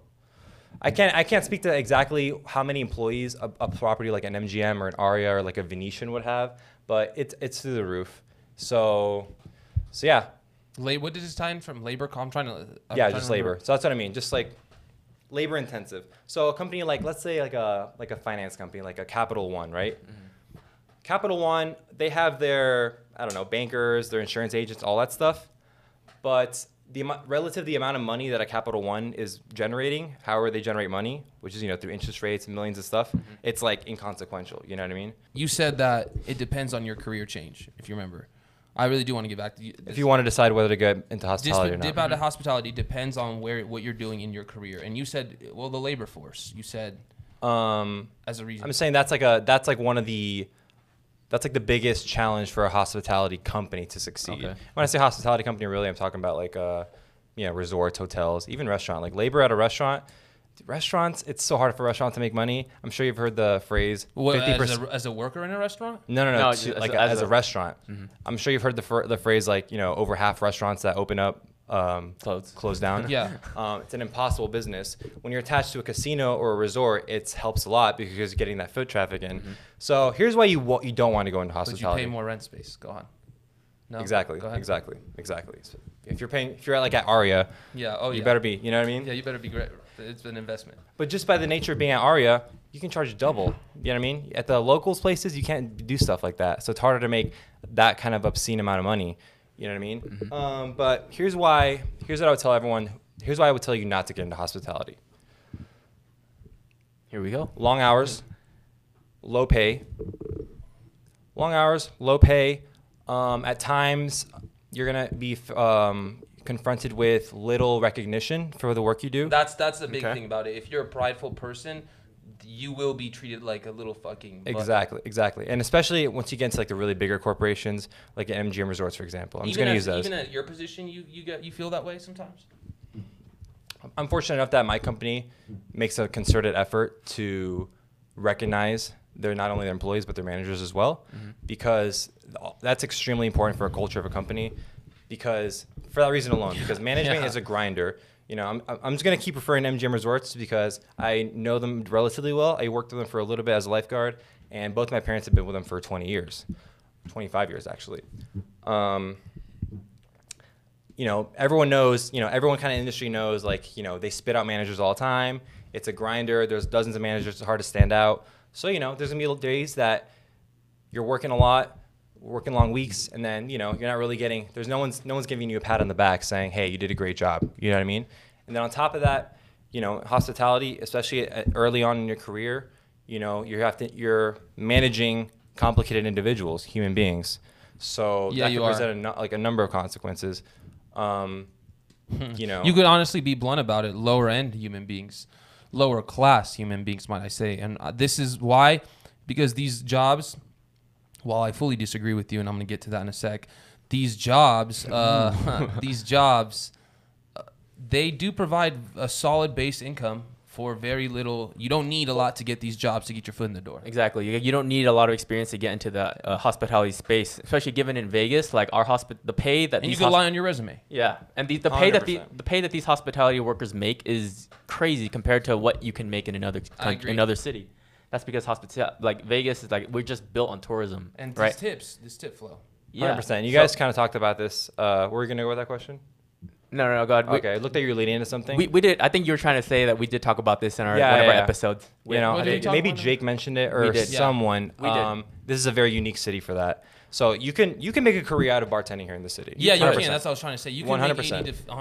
S2: I can't I can't speak to exactly how many employees a, a property like an MGM or an Aria or like a Venetian would have, but it's it's through the roof. So so yeah.
S1: La- what did this tie in from labor? Com- I'm trying to. I'm
S2: yeah,
S1: trying
S2: just
S1: to remember.
S2: labor. So that's what I mean. Just like labor intensive. So a company like let's say like a like a finance company, like a Capital One, right?
S1: Mm-hmm.
S2: Capital One, they have their I don't know bankers, their insurance agents, all that stuff. But the amou- relative the amount of money that a Capital One is generating, however they generate money, which is you know through interest rates and millions of stuff,
S1: Mm-hmm.
S2: it's like inconsequential. You know what I mean?
S1: You said that it depends on your career change, if you remember. I really do want to get back to you.
S2: If you want to decide whether to get
S1: this
S2: into hospitality or
S1: dip
S2: not, mm-hmm.
S1: out of hospitality depends on where what you're doing in your career. And you said, well, the labor force. You said
S2: um,
S1: as a reason.
S2: I'm saying that's like a that's like one of the that's like the biggest challenge for a hospitality company to succeed.
S3: Okay.
S2: When I say hospitality company, really I'm talking about like uh you know, resorts, hotels, even restaurant. Like labor at a restaurant. Restaurants, it's so hard for restaurants to make money. I'm sure you've heard the phrase
S1: Well,
S2: fifty
S1: as,
S2: percent
S1: a, as a worker in a restaurant,
S2: no, no, no. to-
S3: No, just as
S2: like
S3: a-
S2: a- as,
S3: as
S2: a,
S3: a-
S2: restaurant,
S1: Mm-hmm.
S2: I'm sure you've heard the fir- the phrase like you know over half restaurants that open up um,
S3: Close.
S2: close down.
S1: Yeah.
S2: um, it's an impossible business. When you're attached to a casino or a resort, it helps a lot because you're getting that foot traffic in. So here's why you wa- you don't want to go into
S1: but Mm-hmm. you pay
S2: hospitality.
S1: more rent space. Go on. No.
S2: exactly,
S1: Go ahead.
S2: exactly, exactly. So if you're paying, if you're at like at Aria,
S1: Yeah. Oh,
S2: you
S1: yeah.
S2: better be. You know what I mean?
S1: Yeah, you better be great. It's an investment.
S2: But just by the nature of being at Aria, you can charge double. You know what I mean? At the locals places, you can't do stuff like that. So it's harder to make that kind of obscene amount of money. You know what I mean? Um, but here's why. Here's what I would tell everyone. Here's why I would tell you not to get into hospitality.
S3: Here we go.
S2: Long hours, low pay. Long hours, low pay. Um, at times, you're gonna be f- um, confronted with little recognition for the work you do.
S1: That's that's the big
S3: Okay.
S1: thing about it. If you're a prideful person, you will be treated like a little fucking. butt.
S2: Exactly, exactly, and especially once you get into like the really bigger corporations, like at MGM Resorts, for example. I'm just
S1: Even
S2: gonna
S1: as-
S2: use those.
S1: Even at your position, you you get you feel that way sometimes.
S2: I'm fortunate enough that my company makes a concerted effort to recognize their not only their employees but their managers as well,
S1: Mm-hmm.
S2: because that's extremely important for a culture of a company. Because for that reason alone, because management
S1: Yeah.
S2: is a grinder. You know, I'm, I'm just gonna keep referring to MGM Resorts because I know them relatively well. I worked with them for a little bit as a lifeguard, and both my parents have been with them for 20 years, 25 years actually. Um, you know, everyone knows, you know, everyone kind of industry knows, like, you know, they spit out managers all the time. It's a grinder. There's dozens of managers. It's hard to stand out. So, you know, there's going to be days that you're working a lot, working long weeks, and then, you know, you're not really getting, there's no one's, no one's giving you a pat on the back saying, hey, you did a great job. You know what I mean? And then on top of that, you know, hospitality, especially at- early on in your career, you know, you have to, you're managing complicated individuals, human beings. So
S1: Yeah,
S2: that
S1: you
S2: could
S1: are.
S2: present a nu- like a number of consequences. Um, you know,
S1: Hmm. You could honestly be blunt about it. Lower end human beings, lower class human beings, might I say. And uh, this is why, because these jobs, while I fully disagree with you, and I'm going to get to that in a sec, these jobs, uh, these jobs, uh, they do provide a solid base income for very little. You don't need a lot to get these jobs to get your foot in the door.
S3: Exactly. You, you don't need a lot of experience to get into the uh, hospitality space, especially given in Vegas. Like our hospi- the pay that
S1: And you
S3: these
S1: can
S3: hosp-
S1: lie on your resume.
S3: yeah, and the, the pay that the,
S2: 100%.
S3: the pay that these hospitality workers make is crazy compared to what you can make in another
S1: I
S3: coun-
S1: agree.
S3: another city. That's because hospitality, like Vegas, is like we're just built on tourism,
S1: And these
S3: right?
S1: tips, this tip flow.
S2: hundred percent. You guys kind of talked about this. Uh, were you gonna go with that question?
S3: No, no, no, God. We,
S2: Okay, it looked like you were leading into something.
S3: We, we did. I think you were trying to say that we did talk about this in our
S2: Yeah,
S3: one of
S2: yeah,
S3: our
S2: yeah.
S3: episodes.
S2: you know,
S1: What
S2: I
S1: did we
S2: think
S1: talk
S2: maybe
S1: about?
S2: Jake mentioned it or
S3: We did.
S1: Yeah.
S2: someone.
S3: We did.
S2: Um, this is a very unique city for that. So you can you can make a career out of bartending here in the city.
S1: Yeah, you
S2: 100%.
S1: can. That's what I was trying to say. You can make
S2: 100%.
S1: 80 to 120.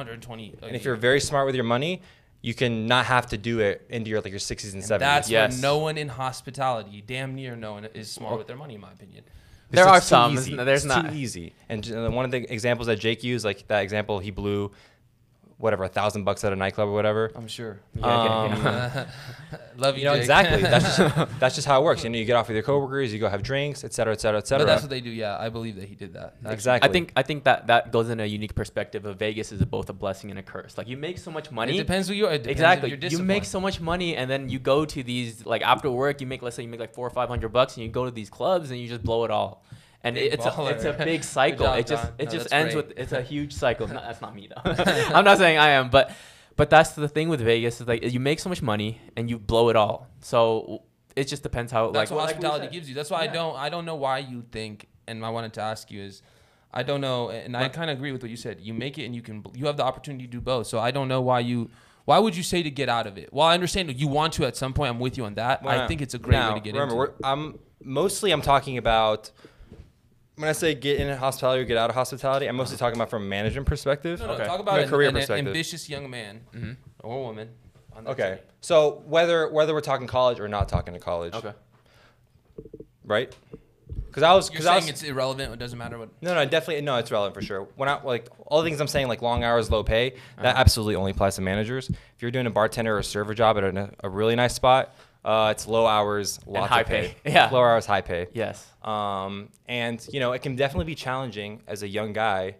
S1: uh, a
S2: and if
S1: year.
S2: you're very smart with your money, you can not have to do it into your like your sixties and seventies.
S1: That's
S3: Yes.
S1: where no one in hospitality, damn near no one, is smart with their money, in my opinion.
S3: There
S2: It's
S3: are
S2: just too
S3: some.
S2: easy.
S3: It's- there's
S2: It's
S3: not.
S2: too easy. And j- and one of the examples that Jake used, like that example, he blew whatever a thousand bucks at a nightclub or whatever.
S1: I'm sure.
S3: yeah, yeah.
S2: Um,
S1: Love you,
S2: You know
S1: Jake.
S2: exactly. That's just, that's just how it works. You know, you get off with your coworkers, you go have drinks, et cetera, et cetera, et
S1: but
S2: cetera.
S1: that's what they do. Yeah, I believe that he did that. Actually.
S2: exactly.
S3: I think I think that that goes in a unique perspective of Vegas is both a blessing and a curse. Like you make so much money.
S1: It depends who you are. It depends
S3: Exactly.
S1: If you're
S3: You make so much money, and then you go to these like after work. You make let's say you make like four or five hundred bucks, and you go to these clubs and you just blow it all. And
S1: Big
S3: it- it's a,
S1: baller.
S3: it's a
S1: Good
S3: big cycle.
S1: job,
S3: it just
S1: John.
S3: it
S1: No,
S3: just
S1: that's
S3: ends
S1: great.
S3: with it's a huge cycle. No, that's not me though. I'm not saying I am, but But that's the thing with Vegas is like you make so much money and you blow it all. So it just depends how
S1: That's
S3: like
S1: what
S3: like we
S1: hospitality
S3: said.
S1: gives you. That's why I
S3: Yeah.
S1: don't I don't know why you think. And I wanted to ask you is, I don't know, and I
S3: Right.
S1: kind of agree with what you said. You make it, and you can you have the opportunity to do both. So I don't know why you. Why would you say to get out of it? Well, I understand you want to at some point. I'm with you on that. I
S2: Well,
S1: think it's a great
S2: now,
S1: way to get
S2: remember,
S1: into. it.
S2: We're, I'm mostly I'm talking about when I say get in hospitality or get out of hospitality. I'm mostly talking about from a management perspective.
S1: No, no,
S3: Okay.
S1: Talk about
S2: From a
S1: an,
S2: career
S1: an
S2: perspective.
S1: ambitious young man or woman. On that
S2: Okay,
S1: journey.
S2: so whether whether we're talking college or not talking to college,
S3: Okay.
S2: right? Because I was
S1: You're
S2: because I
S1: saying
S2: was
S1: it's irrelevant. It doesn't matter what.
S2: no no definitely no it's relevant for sure. When I like all the things I'm saying like long hours, low pay,
S1: Uh-huh.
S2: that absolutely only applies to managers. If you're doing a bartender or a server job at a, a really nice spot, uh, it's low hours, lots
S3: high
S2: of pay.
S3: pay. Yeah.
S2: low hours, high pay.
S3: Yes.
S2: Um, and you know, it can definitely be challenging as a young guy.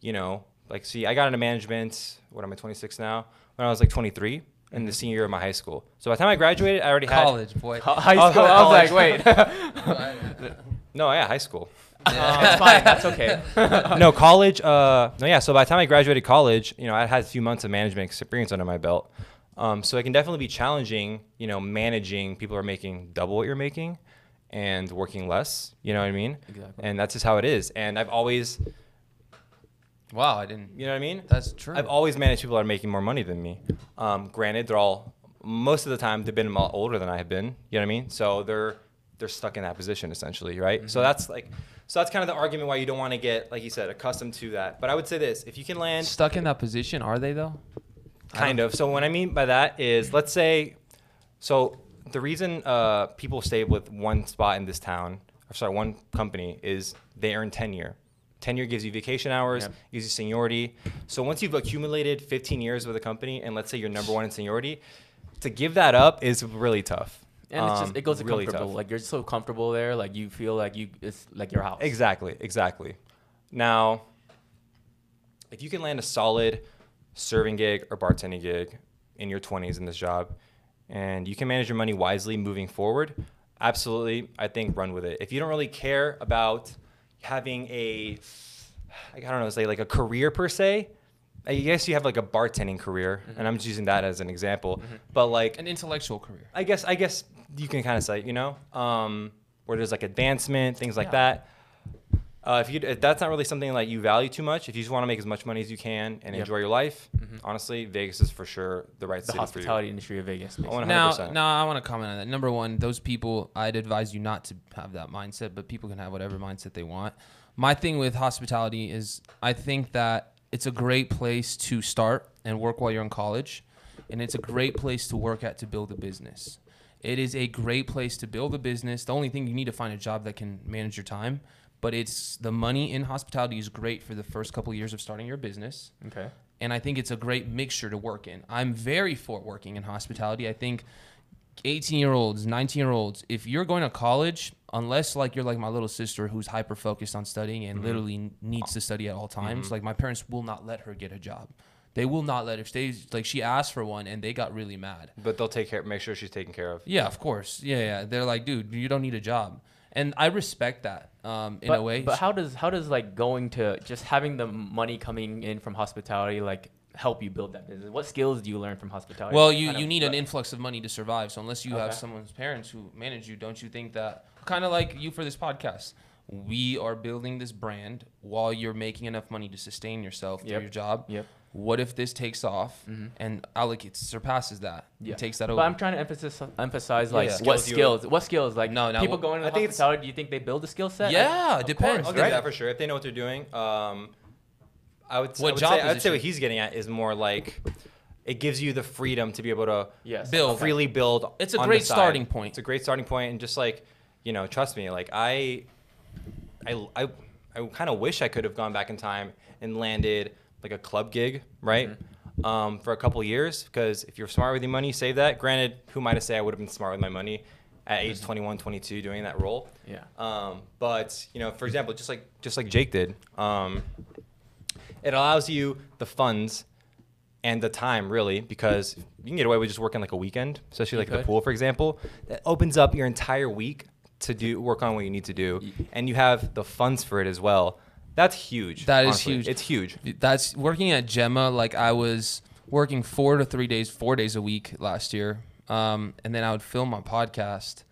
S2: You know, like see, I got into management. What am I? 26 now. When I was like 23, in the senior year of my high school. So by the time I graduated, I already had
S1: College boy.
S3: High school. I was like, wait.
S2: No, yeah, high school.
S3: Oh, That's fine. That's okay.
S2: no, college. Uh, no, yeah. So by the time I graduated college, you know, I had a few months of management experience under my belt. Um, so it can definitely be challenging. You know, managing people who are making double what you're making, and working less. You know what I mean?
S3: Exactly.
S2: And that's just how it is. And I've always,
S1: wow, I didn't.
S2: you know what I mean?
S1: That's true.
S2: I've always managed people that are making more money than me. Um, granted, they're all most of the time they've been a lot older than I have been. You know what I mean? So they're they're stuck in that position essentially, right? So that's like so that's kind of the argument why you don't want to get like you said accustomed to that. But I would say this: if you can land
S1: Stuck in that position, are they though? I
S2: kind of. So what I mean by that is, let's say, so the reason uh, people stay with one spot in this town, or sorry, one company, is they earn tenure. Tenure gives you vacation hours,
S3: Yeah.
S2: gives you seniority. So once you've accumulated 15 years with a company, and let's say you're number one in seniority, to give that up is really tough.
S3: And it's just
S2: Um,
S3: it goes to
S2: really
S3: comfortable.
S2: tough.
S3: Like you're so comfortable there. Like you feel like you it's like your house.
S2: Exactly, exactly. Now, if you can land a solid serving gig or bartending gig in your 20s in this job and you can manage your money wisely moving forward, absolutely, I think run with it. If you don't really care about having a, I don't know, say like a career per se, I guess you have like a bartending career, and I'm just using that as an example, but like
S1: An intellectual career.
S2: I guess I guess you can kind of say, you know, um, where there's like advancement, things like
S3: Yeah.
S2: that. Uh, if you if that's not really something like you value too much, if you just want to make as much money as you can and
S3: Yep.
S2: enjoy your life,
S1: Mm-hmm.
S2: honestly, Vegas is for sure the right
S3: The
S2: city for you.
S3: hospitality industry of Vegas.
S2: I wanna-
S3: basically.
S1: Now,
S2: 100%.
S1: now I want to comment on that. Number one, those people, I'd advise you not to have that mindset, but people can have whatever mindset they want. My thing with hospitality is I think that it's a great place to start and work while you're in college, and it's a great place to work at to build a business. It is a great place to build a business. The only thing you need to find a job that can manage your time, but it's the money in hospitality is great for the first couple years of starting your business
S3: Okay.
S1: and I think it's a great mixture to work in. I'm very for working in hospitality. I think 18 year olds, 19 year olds, if you're going to college, unless like you're like my little sister who's hyper focused on studying
S3: Mm-hmm.
S1: and literally needs to study at all times, like my parents will not let her get a job. They will not let her. If they like she asked for one and they got really mad.
S2: But they'll take care, make sure she's taken care of.
S1: Yeah, of course. Yeah, yeah. They're like, dude, you don't need a job, and I respect that um, in
S3: but,
S1: a way.
S3: But how does how does like going to just having the money coming in from hospitality like help you build that business? What skills do you learn from hospitality?
S1: Well, you,
S3: Kind of-
S1: you need an
S3: but-
S1: influx of money to survive. So unless you have
S3: Okay.
S1: someone's parents who manage you, don't you think that kind of like you for this podcast? We are building this brand while you're making enough money to sustain yourself through
S3: Yep.
S1: your job.
S3: Yep. Mm-hmm.
S1: What if this takes off and allocates surpasses that? and
S3: Yeah.
S1: takes that
S3: But
S1: over.
S3: I'm trying to emphasis emphasize like
S1: Yeah.
S3: what
S2: Skills you-
S3: skills? What skills? Like
S1: No, no,
S3: people
S1: wh-
S3: going to
S2: I think it's-
S3: hospitality. Do you think they build a skill set?
S1: yeah,
S3: Of
S1: depends.
S2: I'll
S3: course,
S2: give
S1: right?
S2: that for sure. If they know what they're doing, um, I would.
S1: What
S2: I would
S1: job
S2: say, I'd say
S1: position?
S2: what he's getting at is more like it gives you the freedom to be able to
S3: Yes.
S1: Bill,
S3: Okay.
S2: freely build.
S1: It's a
S2: on the
S1: great
S2: side.
S1: starting point.
S2: It's a great starting point, and just like you know, trust me, like I, I, I, I kind of wish I could have gone back in time and landed like a club gig, right? Um, for a couple years, because if you're smart with your money, save that. Granted, who am I to say I would have been smart with my money at age 21, 22, doing that role?
S3: Yeah.
S2: Um, but you know, for example, just like just like Jake did, um, it allows you the funds and the time really because you can get away with just working like a weekend, especially like at
S1: could.
S2: the pool, for example. That opens up your entire week to do work on what you need to do, and you have the funds for it as well. That's huge.
S1: That is
S2: honestly.
S1: huge.
S2: It's huge.
S1: That's working at Gemma. Like I was working four to three days, four days a week last year, um, and then I would film my podcast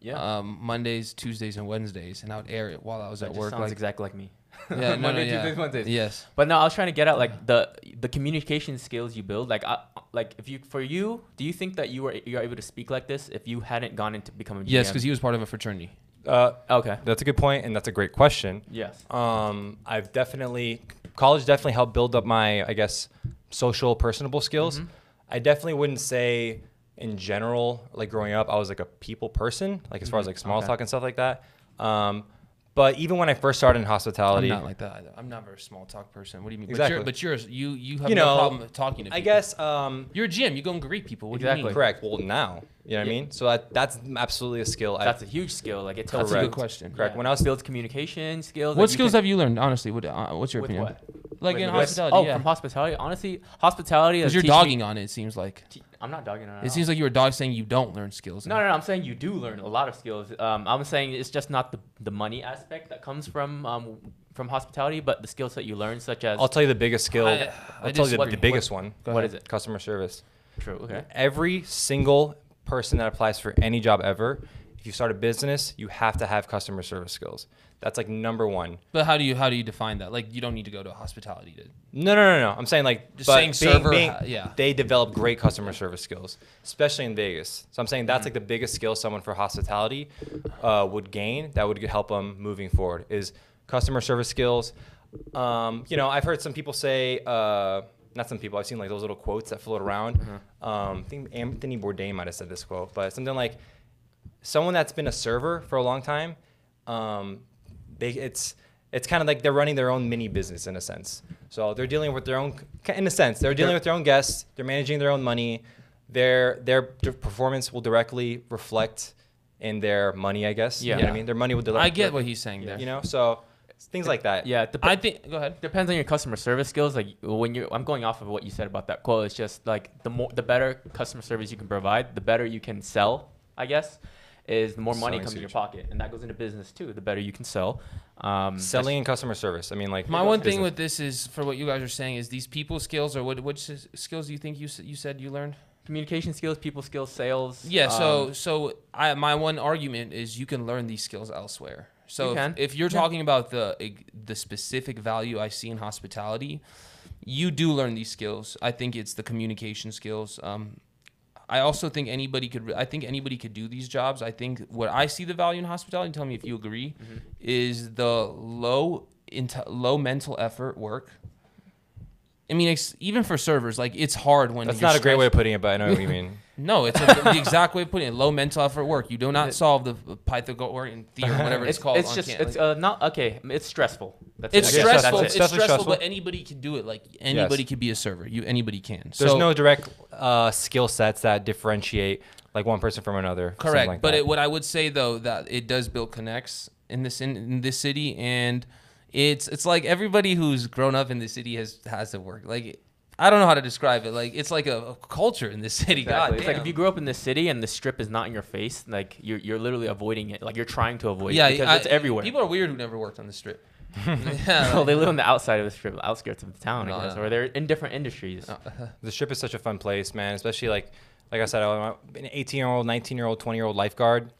S3: Yeah.
S1: um, Mondays, Tuesdays, and Wednesdays, and I would air it while I was
S3: that
S1: at
S3: just
S1: work.
S3: sounds
S1: Like,
S3: exactly like me.
S1: yeah, no,
S2: Monday,
S1: no, yeah.
S2: Tuesdays, Wednesdays.
S1: Yes.
S3: But no, I was trying to get at like the the communication skills you build. Like, I, like if you for you, do you think that you were you're able to speak like this if you hadn't gone into becoming a GM?
S1: Yes, because he was part of a fraternity.
S2: Uh,
S3: okay.
S2: that's a good point, and that's a great question.
S3: Yes.
S2: Um, I've definitely college definitely helped build up my I guess social personable skills.
S1: Mm-hmm.
S2: I definitely wouldn't say in general like growing up I was like a people person like as far
S1: Mm-hmm.
S2: as like small
S3: Okay.
S2: talk and stuff like that. Um, but even when I first started in hospitality,
S1: I'm not like that either. I'm not a very small talk person. What do you mean?
S2: Exactly.
S1: But you're, but you're you you have
S2: You
S1: no
S2: know,
S1: problem talking to people.
S2: I guess um,
S1: you're a GM. You go and greet people. What do you
S3: Exactly.
S1: mean?
S2: correct. Well, now you know what
S3: Yeah.
S2: I mean. So that, that's absolutely a skill.
S3: That's
S2: I,
S3: a huge skill. Like it
S1: That's
S3: tells
S1: a
S3: you
S1: good question.
S2: Correct.
S3: yeah.
S2: When I was
S3: builds communication skills.
S1: What skills have you learned? Honestly, what, uh, what's your
S3: With
S1: opinion?
S3: what?
S1: Like
S3: With
S1: in
S3: what?
S1: hospitality.
S3: Oh,
S1: yeah.
S3: from hospitality. Honestly, hospitality.
S1: Because
S3: has
S1: you're
S3: teached me-
S1: dogging on it, it seems like.
S3: te- I'm not dogging on it.
S1: It seems like you were dog saying you don't learn skills.
S3: No, no, no. I'm saying you do learn a lot of skills. Um, I'm saying it's just not the, the money aspect that comes from um, from hospitality, but the skills that you learn, such as
S2: I'll tell you the biggest skill.
S1: I- I
S2: I, will tell you the,
S1: disagree.
S2: the biggest one.
S1: Go
S3: what
S1: ahead.
S3: is it?
S2: Customer service.
S3: True. Okay.
S2: Every single person that applies for any job ever, if you start a business, you have to have customer service skills. That's like number one.
S1: But how do you how do you define that? Like you don't need to go to hospitality to
S2: No, no, no, no. I'm saying like
S1: Just
S2: but
S1: saying server, ha- yeah.
S2: They develop great customer service skills, especially in Vegas. So I'm saying
S1: Mm-hmm.
S2: that's like the biggest skill someone for hospitality uh, would gain that would help them moving forward is customer service skills. Um, you know, I've heard some people say, uh, not some people, I've seen like those little quotes that float around.
S1: Mm-hmm.
S2: Um, I think Anthony Bourdain might have said this quote, but something like, someone that's been a server for a long time, um, they it's it's kind of like they're running their own mini business in a sense. So they're dealing with their own, in a sense, they're dealing with their own guests. They're managing their own money. Their their d- performance will directly reflect in their money, I guess. You know what
S1: Yeah.
S2: I mean, their money will. Deli-
S1: I get what he's saying there.
S2: You know, so things like that.
S3: Yeah. it dep-
S1: I think go ahead.
S3: depends on your customer service skills. Like when you, I'm going off of what you said about that quote. It's just like the more, the better customer service you can provide, the better you can sell. I guess is the more money
S2: Selling
S3: comes in your
S2: huge.
S3: pocket, and that goes into business too. The better you can sell. Um,
S2: Selling and customer service. I mean, like
S1: My one thing
S2: business.
S1: with this is for what you guys are saying is these people skills or what which s- skills do you think you s- you said you learned?
S3: communication skills, people skills, sales.
S1: Yeah, so
S3: um,
S1: so I my one argument is you can learn these skills elsewhere. So
S3: You
S1: if,
S3: can.
S1: if you're talking about the the specific value I see in hospitality, you do learn these skills. I think it's the communication skills. Um, I also think anybody could. I think anybody could do these jobs. I think what I see the value in hospitality. Tell me if you agree.
S2: Mm-hmm.
S1: Is the low into low mental effort work. I mean, it's, even for servers, like it's hard when
S2: that's
S1: you're
S2: not a great
S1: stressed-
S2: way of putting it, but I know what you mean.
S1: no, it's a, the exact way of putting it. Low mental effort work. You do not solve the Pythagorean theorem, whatever it's,
S3: it's
S1: called.
S3: It's
S1: on
S3: just
S1: camp. Like,
S3: it's uh, not okay. It's stressful. That's
S1: it's
S3: it.
S2: I guess that's
S1: stressful.
S2: it.
S1: It's
S2: Definitely
S1: stressful,
S2: stressful.
S1: but anybody can do it. Like anybody could be a server. You anybody can.
S2: There's
S1: so,
S2: no direct uh, skill sets that differentiate like one person from another. something
S1: correct.
S2: like
S1: but
S2: that.
S1: it, what I would say though that it does build connects in this in, in this city, and it's it's like everybody who's grown up in this city has has to work. Like I don't know how to describe it. Like it's like a, a culture in this city. God
S3: Exactly. It's like
S1: damn.
S3: if you grew up in the city and the strip is not in your face, like you're, you're literally avoiding it. Like you're trying to avoid
S1: yeah,
S3: it because
S1: I-
S3: it's everywhere.
S1: People are weird who never worked on the strip.
S3: well, they live on the outside of the strip, outskirts of the town,
S1: No,
S3: I guess,
S1: no.
S3: or they're in different
S1: Oh,
S3: industries.
S2: The strip is such a fun place, man. Especially like, like I said, I'm an 18 year old, 19 year old, 20 year old lifeguard.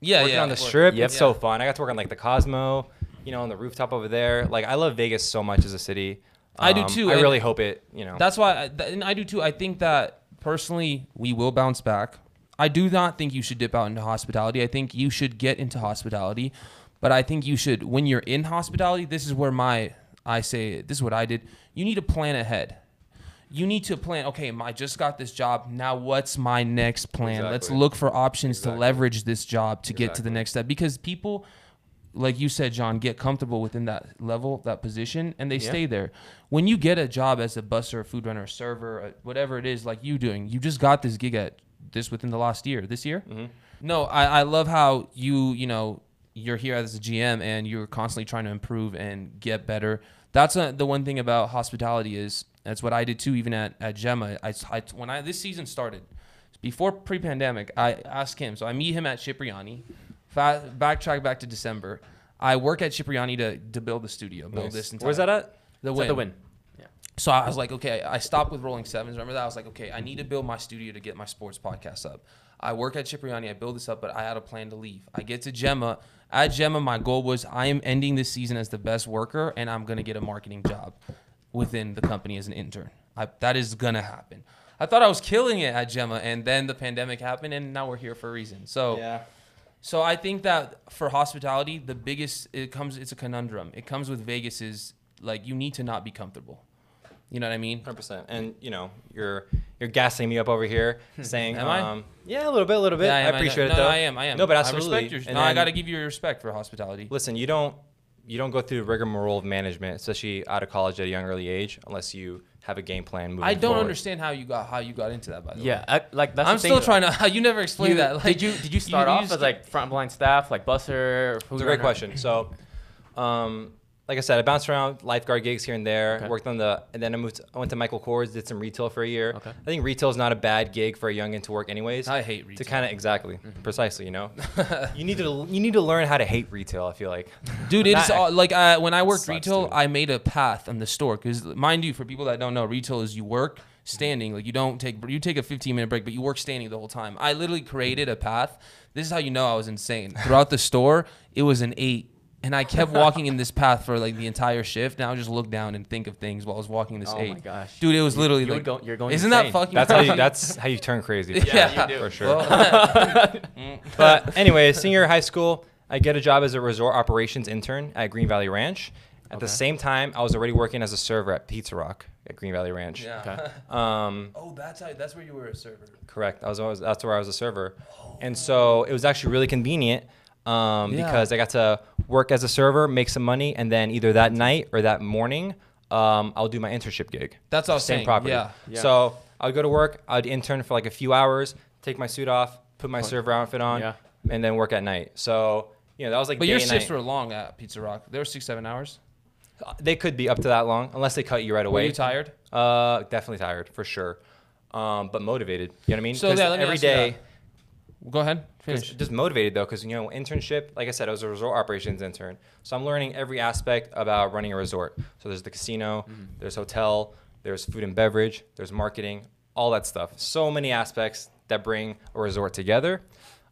S1: yeah,
S2: Working
S1: yeah.
S2: on the
S1: of course.
S2: strip,
S3: Yep.
S2: it's so fun. I got to work on like the Cosmo, you know, on the rooftop over there. Like, I love Vegas so much as a city. Um,
S1: I do too,
S2: I
S1: and-
S2: really hope it, you know.
S1: That's why, I, th- and I do too. I think that personally, we will bounce back. I do not think you should dip out into hospitality. I think you should get into hospitality, but I think you should when you're in hospitality. This is where my I say this is what I did. You need to plan ahead. You need to plan. Okay, I just got this job. Now, what's my next plan? Let's
S2: Exactly.
S1: look for options to
S2: Exactly.
S1: leverage this job to get to the next step because people like you said john get comfortable within that level that position and they
S3: Yeah.
S1: stay there when you get a job as a busser a food runner a server a whatever it is like you doing you just got this gig at this within the last year this year
S2: Mm-hmm.
S1: no I, I love how you you know you're here as a gm and you're constantly trying to improve and get better that's uh the one thing about hospitality is that's what i did too even at, at gemma I, I when i this season started before pre-pandemic, I asked him. So I meet him at Cipriani. Fa- backtrack back to December. I work at Cipriani to, to build the studio, build
S2: Nice.
S1: this. Entire,
S2: Where's that at?
S1: The
S3: Is that
S1: win.
S3: the win. Yeah.
S1: so I was like, okay, I stopped with Rolling Sevens. Remember that? I was like, okay, I need to build my studio to get my sports podcast up. I work at Cipriani, I build this up, but I had a plan to leave. I get to Gemma. At Gemma, my goal was I am ending this season as the best worker and I'm going to get a marketing job within the company as an intern. I, that is going to happen. I thought I was killing it at Gemma, and then the pandemic happened, and now we're here for a reason. So,
S2: Yeah.
S1: so I think that for hospitality, the biggest it comes it's a conundrum. It comes with Vegas is like you need to not be comfortable. You know what I mean?
S2: 100%. And you know, you're you're gassing me up over here, saying,
S1: Hmm. Am I?
S2: um, "Yeah, a little bit, a little bit."
S1: Yeah,
S2: I,
S1: am.
S2: appreciate
S1: no,
S2: it
S1: No,
S2: though.
S1: I am. I am.
S2: No, but
S1: I
S2: absolutely.
S1: respect your,
S2: And
S1: no, I
S2: then-
S1: gotta give you respect for hospitality.
S2: Listen, you don't you don't go through the rigmarole of management, especially out of college at a young early age, unless you have a game plan. Moving
S1: I don't
S2: forward.
S1: understand how you got how you got into that. By the way,
S3: Yeah, I, like that's.
S1: Oh. I'm
S3: the thing,
S1: still
S3: though.
S1: trying to. You never explained
S3: You-
S1: that. Like,
S3: did you did you start off
S1: just
S3: as like frontline staff, like busser? Or food
S2: It's a great
S3: runner?
S2: question. So, um, like I said, I bounced around lifeguard gigs here and there.
S3: Okay.
S2: Worked on the, and then I moved. I went to Michael Kors, did some retail for a year.
S3: Okay.
S2: I think retail is not a bad gig for a youngin to work, anyways.
S1: I hate
S2: To
S1: retail. Mm-hmm.
S2: kind of exactly, precisely, you know. you need to you need to learn how to hate retail. I feel like.
S1: dude it's
S2: Not-
S1: all, like uh, when i worked
S2: Sucks,
S1: retail
S2: dude.
S1: i made a path in the store because mind you for people that don't know retail is you work standing like you don't take you take a 15 minute break but you work standing the whole time i literally created a path this is how you know i was insane throughout the store it was an eight and i kept walking in this path for like the entire shift and i would just look down and think of things while i was walking this
S3: Oh my
S1: eight
S3: gosh.
S1: dude it was literally
S3: you would
S1: like
S3: go- you're going
S1: isn't that
S3: insane.
S1: fucking
S2: That's how you.
S1: crazy?
S2: That's how you turn crazy.
S1: Yeah,
S3: Yeah, you do.
S2: for sure.
S1: Well,
S2: but anyway, senior year of high school, I get a job as a resort operations intern at Green Valley Ranch. At the
S3: Okay.
S2: same time, I was already working as a server at Pizza Rock at Green Valley Ranch.
S1: yeah.
S3: Okay.
S2: Um,
S1: oh that's how that's where you were a server
S2: correct. I was always that's where I was a server, and so it was actually really convenient um,
S1: Yeah.
S2: because I got to work as a server, make some money, and then either that night or that morning, um, I'll do my internship gig.
S1: That's what I was
S2: same
S1: saying,
S2: property.
S1: yeah.
S3: Yeah.
S2: So I'd go to work, I'd intern for like a few hours, take my suit off, put my server outfit on,
S3: Yeah.
S2: and then work at night. So you know that was like.
S1: but
S2: day
S1: your
S2: and
S1: shifts
S2: night.
S1: were long at pizza rock they were six seven hours
S2: They could be up to that long unless they cut you right away.
S1: were you tired
S2: Uh, definitely tired for sure, um, but motivated. You know what I mean?
S1: So,
S2: 'Cause
S1: yeah, let me
S2: every
S1: ask you
S2: day.
S1: that. Go ahead. Finish.
S2: Just, just motivated though, because you know internship. Like I said, I was a resort operations intern, so I'm learning every aspect about running a resort. So there's the casino, there's hotel, there's food and beverage, there's marketing, all that stuff. So many aspects that bring a resort together.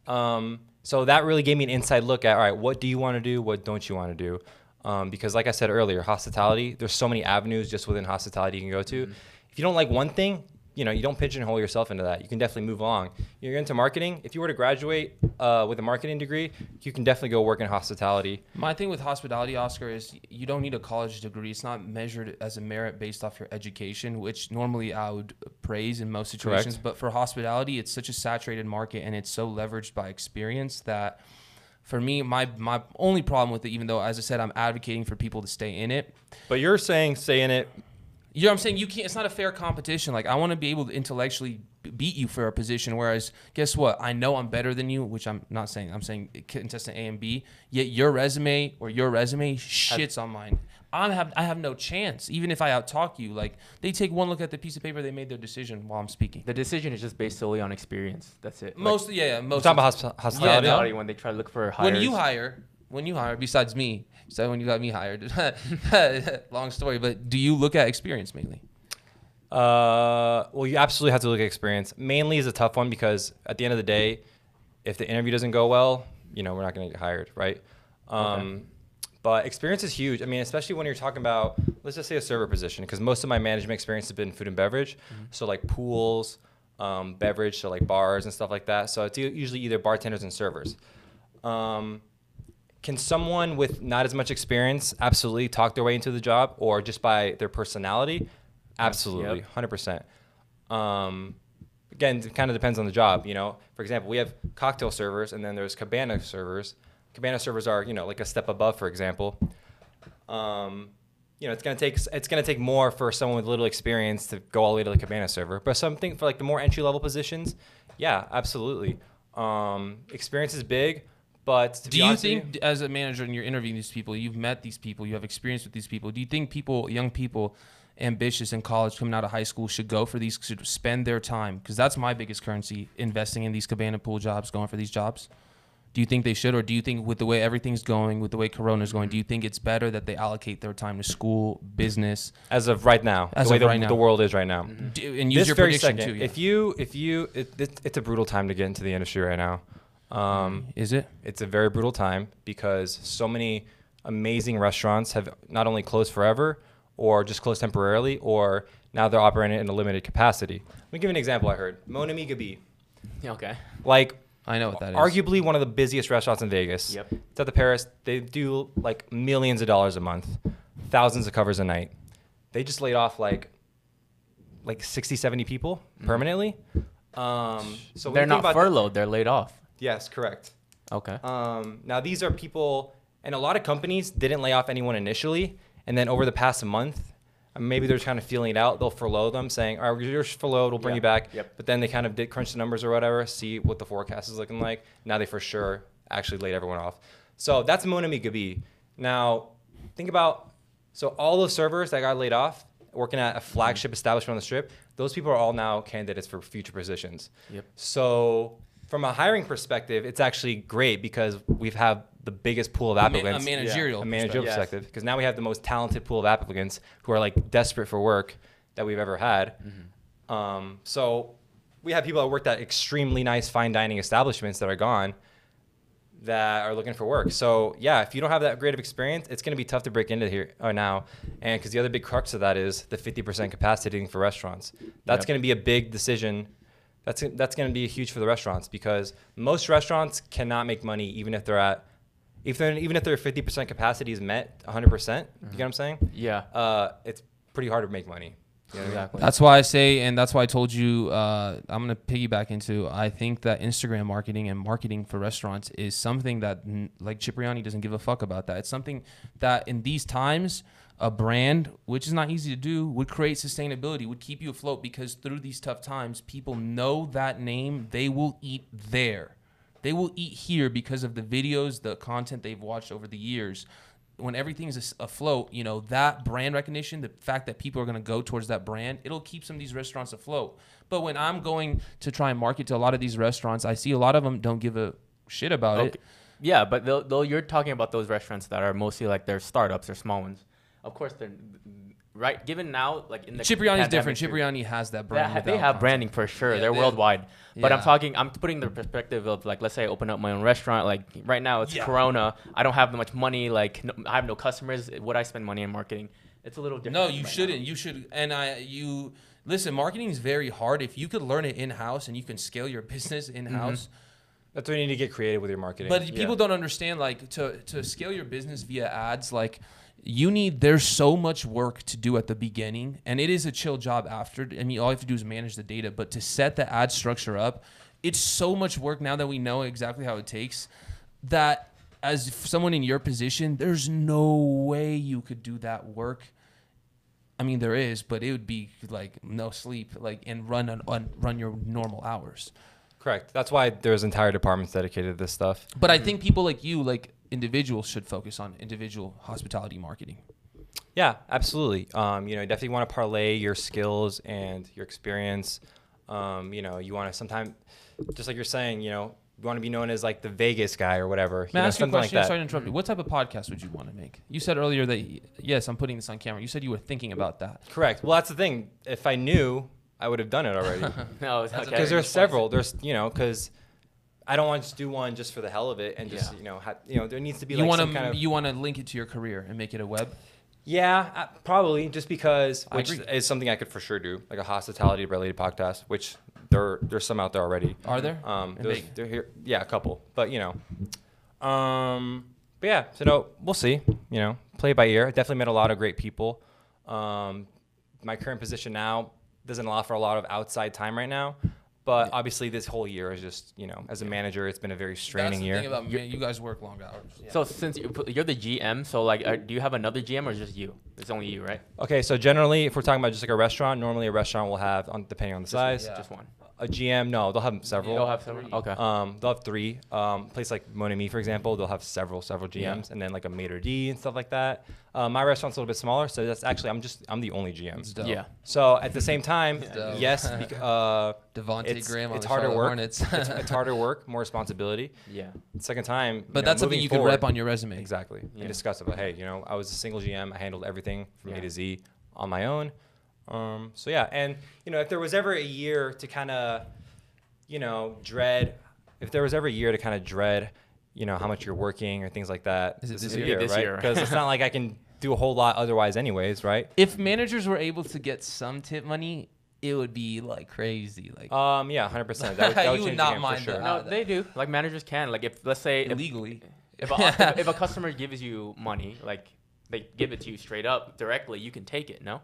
S2: Um, so that really gave me an inside look at all right, what do you want to do, what don't you want to do? Um, because like I said earlier, hospitality. There's so many avenues just within hospitality you can go to. If you don't like one thing, you know, you don't pigeonhole yourself into that. You can definitely move along. You're into marketing. If you were to graduate uh, with a marketing degree, you can definitely go work in hospitality.
S1: My thing with hospitality, Oscar, is you don't need a college degree. It's not measured as a merit based off your education, which normally I would praise in most situations. But for hospitality, it's such a saturated market and it's so leveraged by experience that for me, my, my only problem with it, even though, as I said, I'm advocating for people to stay in it,
S2: But you're saying saying it.
S1: You know what I'm saying? You can't. It's not a fair competition. Like I want to be able to intellectually b- beat you for a position. Whereas, guess what? I know I'm better than you, which I'm not saying. I'm saying contestant A and B. Yet your resume or your resume shits on mine. I have I have no chance. Even if I outtalk you, like they take one look at the piece of paper, they made their decision while I'm speaking.
S3: The decision is just most solely on experience. That's it. Like,
S1: Most, yeah, yeah,
S2: We're
S1: most.
S2: talking about hosp- hospitality.
S1: Yeah,
S3: hospitality when they try to look for hires.
S1: when you hire when you hire besides me so when you got me hired long story but do you look at experience mainly
S2: Uh, well, you absolutely have to look at experience. Mainly is a tough one because at the end of the day, if the interview doesn't go well, you know we're not going to get hired, right? Um, But experience is huge. I mean, especially when you're talking about let's just say a server position, because most of my management experience has been food and beverage, so like pools, um, beverage, so like bars and stuff like that. So it's u- usually either bartenders and servers. Um, can someone with not as much experience absolutely talk their way into the job or just by their personality? Absolutely,
S3: Yep.
S2: 100%. Um, again, it kind of depends on the job, you know. For example, we have cocktail servers and then there's cabana servers. Cabana servers are, you know, like a step above, for example. Um, you know, it's gonna take it's gonna take more for someone with little experience to go all the way to the cabana server. But something for like the more entry level positions, yeah, absolutely. Um, experience is big, but to
S1: Do
S2: be
S1: you
S2: honest with
S1: think, as a manager, and you're interviewing these people, you've met these people, you have experience with these people. Do you think people, young people, ambitious in college, coming out of high school, should go for these, should spend their time? Because that's my biggest currency, investing in these cabana pool jobs, going for these jobs. Do you think they should, or do you think with the way everything's going, with the way Corona's going, do you think it's better that they allocate their time to school, business,
S2: As of right now,
S1: As
S2: the way
S1: of
S2: the,
S1: right now. Mm-hmm.
S2: the world is right now.
S1: do, and use
S2: this
S1: your
S2: very
S1: prediction
S2: second,
S1: too? Yeah.
S2: if you, if you, it, it, it's a brutal time to get into the industry right now. Um,
S1: Is it?
S2: it's a very brutal time because so many amazing restaurants have not only closed forever or just closed temporarily or now they're operating in a limited capacity. Let me give you an example I heard. Mon Ami Gabi.
S3: Yeah, okay.
S2: Like
S1: I
S3: Oh,
S1: know what that is.
S2: arguably one of the busiest restaurants in Vegas.
S3: Yep.
S2: It's at the Paris. They do like millions of dollars a month, thousands of covers a night. They just laid off like like 60, 70 people permanently. Um, so when
S3: they're
S2: you think
S3: not
S2: about-
S3: furloughed. They're laid off.
S2: Yes, correct.
S3: Okay.
S1: Uh,
S2: Um, now these are people, and a lot of companies didn't lay off anyone initially, and then over the past month, uh, maybe they're kind of feeling it out. They'll furlough them, saying, "All right, you're furloughed. We'll bring
S3: Yeah.
S2: you back."
S3: Yep.
S2: But then they kind of did crunch the numbers or whatever, see what the forecast is looking like. Now they for sure actually laid everyone off. So that's Monami Gabi. Now think about so all those servers that got laid off working at a flagship establishment on the strip, those people are all now candidates for future positions.
S3: Yep.
S2: So from a hiring perspective, it's actually great because we've have the biggest pool of
S1: A ma-
S2: applicants.
S1: a managerial
S2: a managerial
S3: perspective. Yes.
S2: perspective, because now we have the most talented pool of applicants who are like desperate for work that we've ever had. Um, so we have people that worked at extremely nice fine dining establishments that are gone that are looking for work. So yeah, if you don't have that great of experience, it's going to be tough to break into here or now. And because the other big crux of that is the 50% capacity for restaurants. That's
S3: Yep.
S2: going to be a big decision. That's that's going to be huge for the restaurants because most restaurants cannot make money even if they're at if they're, even if their 50% capacity is met 100%. You
S1: Mm-hmm.
S2: get what I'm saying?
S3: Yeah.
S2: Uh, it's pretty hard to make money. You know what I mean?
S3: Exactly.
S1: That's why I say, and that's why I told you, uh, I'm gonna piggyback into. I think that Instagram marketing and marketing for restaurants is something that, n- like Cipriani, doesn't give a fuck about. That it's something that in these times, a brand, which is not easy to do, would create sustainability, would keep you afloat because through these tough times, people know that name. They will eat there. They will eat here because of the videos, the content they've watched over the years. When everything's as- afloat, you know, that brand recognition, the fact that people are going to go towards that brand, it'll keep some of these restaurants afloat. But when I'm going to try and market to a lot of these restaurants, I see a lot of them don't give a shit about
S3: Okay. Yeah, but though, though you're talking about those restaurants that are mostly like they're startups or small ones. Of course, they're right. Given now, like in the
S1: it. Cipriani's
S3: pandemic
S1: different.
S3: period-
S1: Cipriani has that
S3: They
S1: brand.
S3: ha- they
S1: without
S3: have
S1: content.
S3: branding for sure.
S1: Yeah,
S3: They're
S1: they-
S3: worldwide. But I'm
S1: Yeah.
S3: talking. I'm putting the perspective of like, let's say I open up my own restaurant. Like right now, it's
S1: Yeah.
S3: Corona. I don't have much money. Like no, I have no customers. Would I spend money on marketing? It's a little different.
S1: No, you
S3: right now.
S1: shouldn't. You should. And I, you listen. Marketing is very hard. If you could learn it in house and you can scale your business in house,
S2: That's why you need to get creative with your marketing.
S1: But people don't understand like to to scale your business via ads like you need there's so much work to do at the beginning and it is a chill job after I mean all you have to do is manage the data but to set the ad structure up it's so much work now that we know exactly how it takes that as f- someone in your position there's no way you could do that work I mean there is but it would be like no sleep like and run on, on run your normal hours
S2: Correct. That's why there's entire departments dedicated to this stuff.
S1: But I think people like you, like individuals, should focus on individual hospitality marketing.
S2: Yeah, absolutely. Um, you know, you definitely want to parlay your skills and your experience. Um, you know, you want to sometimes, just like you're saying, you know, you want to be known as like the Vegas guy or whatever.
S1: May
S2: know,
S1: I ask you a
S2: something like
S1: question?
S2: that.
S1: Sorry to interrupt you. What type of podcast would you want to make? You said earlier that yes, I'm putting this on camera. You said you were thinking about that.
S2: Correct. Well, that's the thing. If I knew, I would have done it already.
S3: No, it's
S1: That's a
S3: okay.
S2: Because
S1: very
S2: there's several. There's you know, because I don't want to just do one just for the hell of it and just
S3: Yeah.
S2: you know, ha- you know, there needs to be
S1: You
S2: like
S1: want
S2: some
S1: to
S2: kind of
S1: you want to link it to your career and make it a web.
S2: Yeah, uh, probably just because
S1: I
S2: which
S1: agree.
S2: is something I could for sure do, like a hospitality related podcast, which there there's some out there already.
S1: Are there?
S2: Um,
S1: And
S2: there's-
S1: big.
S2: they're here, yeah, a couple, but you know, um, but yeah, so no, we'll see. You know, play by ear. I definitely met a lot of great people. Um, my current position now doesn't allow for a lot of outside time right now, but obviously this whole year is just you know, as a manager, it's been a very
S1: That's
S2: straining
S1: the thing
S2: year.
S1: about man, you guys work long hours. Yeah.
S3: So since you put- you're the GM, so like, are, do you have another GM or just you? It's only you, right?
S2: Okay, so generally, if we're talking about just like a restaurant, normally a restaurant will have, on depending on the size.
S1: Yeah.
S3: Just one.
S2: a GM, no, they'll have several.
S3: You'll have several. Okay.
S2: Um, they'll have three. Um, place like Monami, for example, they'll have several, several GMs, and then like a maitre d and stuff like that. Uh, my restaurant's a little bit smaller, so that's actually I'm just I'm the only
S1: It's
S2: GM.
S1: dope.
S3: yeah.
S2: So at the same time,
S1: dope.
S2: yes, bec- uh,
S1: Devontae
S2: it's,
S1: Graham on
S2: it's
S1: the
S2: harder
S1: Charlotte
S2: work.
S1: Hornets.
S2: it's, it's harder work, more responsibility.
S3: Yeah.
S2: Second time,
S1: But
S2: know,
S1: that's something
S2: moving
S1: you can
S2: forward-
S1: rep on your resume.
S2: Exactly.
S3: Yeah.
S2: And discuss about, hey, you know, I was a single GM. I handled everything from A
S3: Yeah.
S2: to Z on my own. Um, so yeah, and you know, if there was ever a year to kind of, you know, dread, if there was ever a year to kind of dread, you know, how much you're working or things like that,
S1: Is it this
S2: the
S1: year?
S3: This year.
S2: right? Because it's not like I can do a whole lot otherwise, anyways, right?
S1: If managers were able to get some tip money, it would be like crazy. Like
S2: Um, yeah, hundred percent. That would, that
S1: You
S2: would
S1: would
S2: change
S1: not
S2: the game
S1: mind
S2: for sure.
S1: that.
S3: No, they do. Like managers can. Like if let's say if,
S1: illegally.
S3: if a, if a customer gives you money, like they give it to you straight up directly, you can take it. No.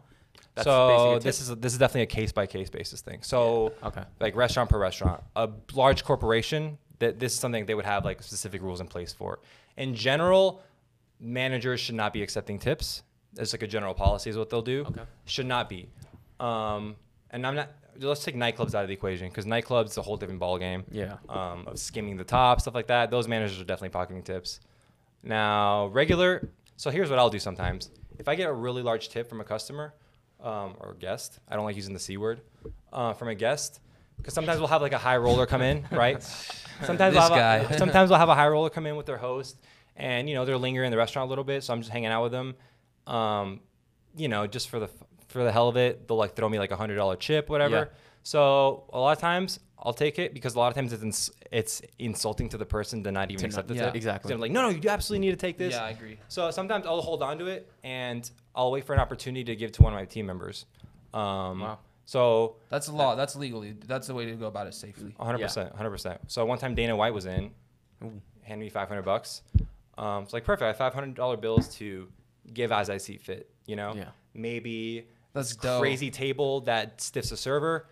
S2: so
S3: a tip.
S2: this is this is definitely a case by case basis thing. So
S3: okay.
S2: like restaurant per restaurant. A large corporation that this is something they would have like specific rules in place for. In general, managers should not be accepting tips. It's like a general policy is what they'll do.
S3: Okay.
S2: Should not be. Um, and I'm not. Let's take nightclubs out of the equation because nightclubs is a whole different ballgame
S3: Yeah.
S2: um, of skimming the top, stuff like that. Those managers are definitely pocketing tips. Now, regular. So here's what I'll do sometimes. If I get a really large tip from a customer um, or guest, I don't like using the c word uh, from a guest because sometimes we'll have like a high roller come in, right? Sometimes
S1: This
S2: we'll have
S1: guy.
S2: A, sometimes we'll have a high roller come in with their host, and you know they're lingering in the restaurant a little bit, so I'm just hanging out with them. Um, you know, just for the f- for the hell of it, they'll like throw me like a hundred dollar chip, whatever.
S3: Yeah.
S2: So a lot of times I'll take it because a lot of times it's ins- it's insulting to the person to not even
S3: To
S2: accept
S3: not-
S2: the
S3: yeah,
S2: tip.
S3: exactly.
S2: So I'm like, no, no, you absolutely need to take this.
S1: Yeah, I agree.
S2: So sometimes I'll hold on to it and I'll wait for an opportunity to give to one of my team members. Um,
S3: Wow.
S2: So
S1: That's a law. That's legally. That's the way to go about it safely.
S2: 100%, 100%. So one time Dana White was in, handed me 500 bucks. Um, it's like perfect. I have 500 dollar bills to give as I see fit. You know,
S3: Yeah.
S2: maybe
S1: That's
S2: this
S1: dope.
S2: crazy table that stiffs a server.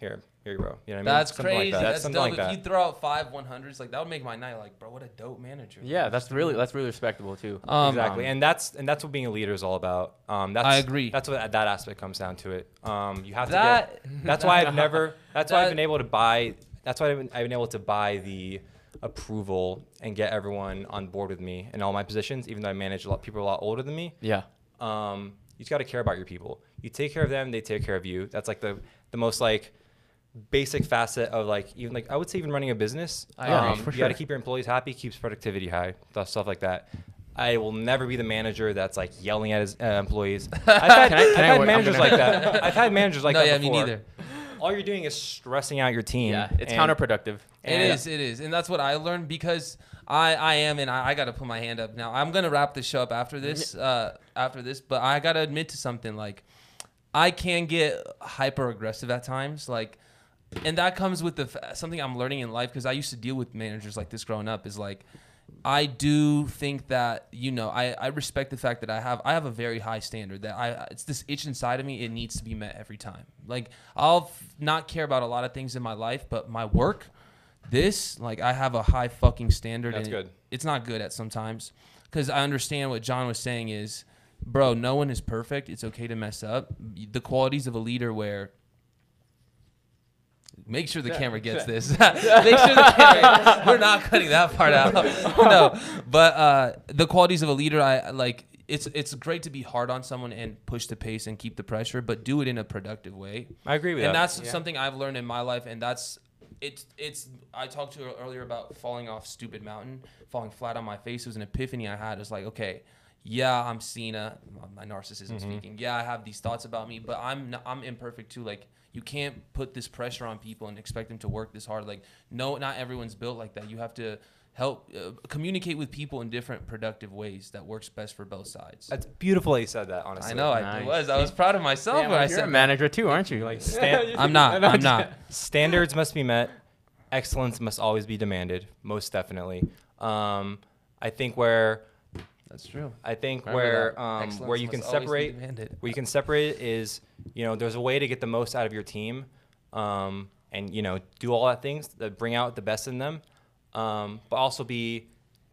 S2: Here, here you go. You know what I mean?
S1: That's
S2: Something
S1: crazy.
S2: Like that.
S1: That's,
S2: Something
S1: dope. if
S2: like that.
S1: you throw out five one hundreds, like that would make my night. Like, bro, what a dope manager.
S3: Yeah, that's really that's really respectable too.
S1: Um,
S2: exactly, and that's and that's what being a leader is all about. Um, that's,
S1: I agree.
S2: That's what that aspect comes down to it. Um, you have to.
S1: That-
S2: Get, that's why I've never. That's why I've
S1: that-
S2: been able to buy. That's why I've been, I've been able to buy the approval and get everyone on board with me in all my positions, even though I manage a lot people a lot older than me.
S3: yeah.
S2: um, you just got to care about your people. You take care of them, they take care of you. That's like the the most like basic facet of like even like I would say even running a business. Um,
S1: I agree.
S2: you
S1: For
S2: got to
S3: sure.
S2: keep your employees happy, keeps productivity high, stuff stuff like that. I will never be the manager that's like yelling at his uh, employees. I've had,
S3: Can I- can I
S2: I've had
S3: work- I'm
S2: managers
S3: gonna-
S2: like that. I've had managers like
S1: no,
S2: that
S1: yeah,
S2: before.
S1: me neither.
S2: All you're doing is stressing out your team.
S3: Yeah, it's
S2: and-
S3: counterproductive.
S1: It
S2: and-
S1: is, it is, and that's what I learned because I, I am, and I, I got to put my hand up now. I'm gonna wrap this show up after this,
S2: Mm-hmm.
S1: uh, after this, but I gotta admit to something. Like, I can get hyper aggressive at times, like, and that comes with the f- something I'm learning in life because I used to deal with managers like this growing up. Is like, I do think that you know I, I respect the fact that I have I have a very high standard that I it's this itch inside of me it needs to be met every time. Like I'll f- not care about a lot of things in my life, but my work, this like I have a high fucking standard.
S2: That's
S1: and it-
S2: good.
S1: it's not good at sometimes because I understand what John was saying is, bro, no one is perfect. It's okay to mess up. The qualities of a leader where Make sure the camera gets this. Make sure the camera. We're not cutting that part out. No, but uh, the qualities of a leader, I like. It's it's great to be hard on someone and push the pace and keep the pressure, but do it in a productive way.
S2: I agree with
S1: And
S2: that.
S1: that's
S3: Yeah.
S1: something I've learned in my life, and that's it's it's. I talked to her earlier about falling off stupid mountain, falling flat on my face. It was an epiphany I had. It's like, okay, yeah, I'm Cena. My narcissism speaking. Yeah, I have these thoughts about me, but I'm n- I'm imperfect too. Like you can't put this pressure on people and expect them to work this hard. Like no, not everyone's built like that. You have to help uh, communicate with people in different productive ways that works best for both sides.
S2: That's beautiful that you said that. Honestly,
S1: I know I
S3: Nice.
S1: was. I was proud of myself
S3: Damn,
S1: when I
S3: you're a
S1: said.
S3: manager too, aren't you? Like
S2: Stan-
S1: I'm not. I'm not.
S2: Standards must be met. Excellence must always be demanded, most definitely. Um, I think where
S1: That's true.
S2: I think
S1: Remember
S2: where
S1: that.
S2: um, where
S1: Excellence
S2: you can
S1: must always be
S2: separate
S1: demanded.
S2: where you can separate it is you know there's a way to get the most out of your team um, and you know do all that things that bring out the best in them, um, but also be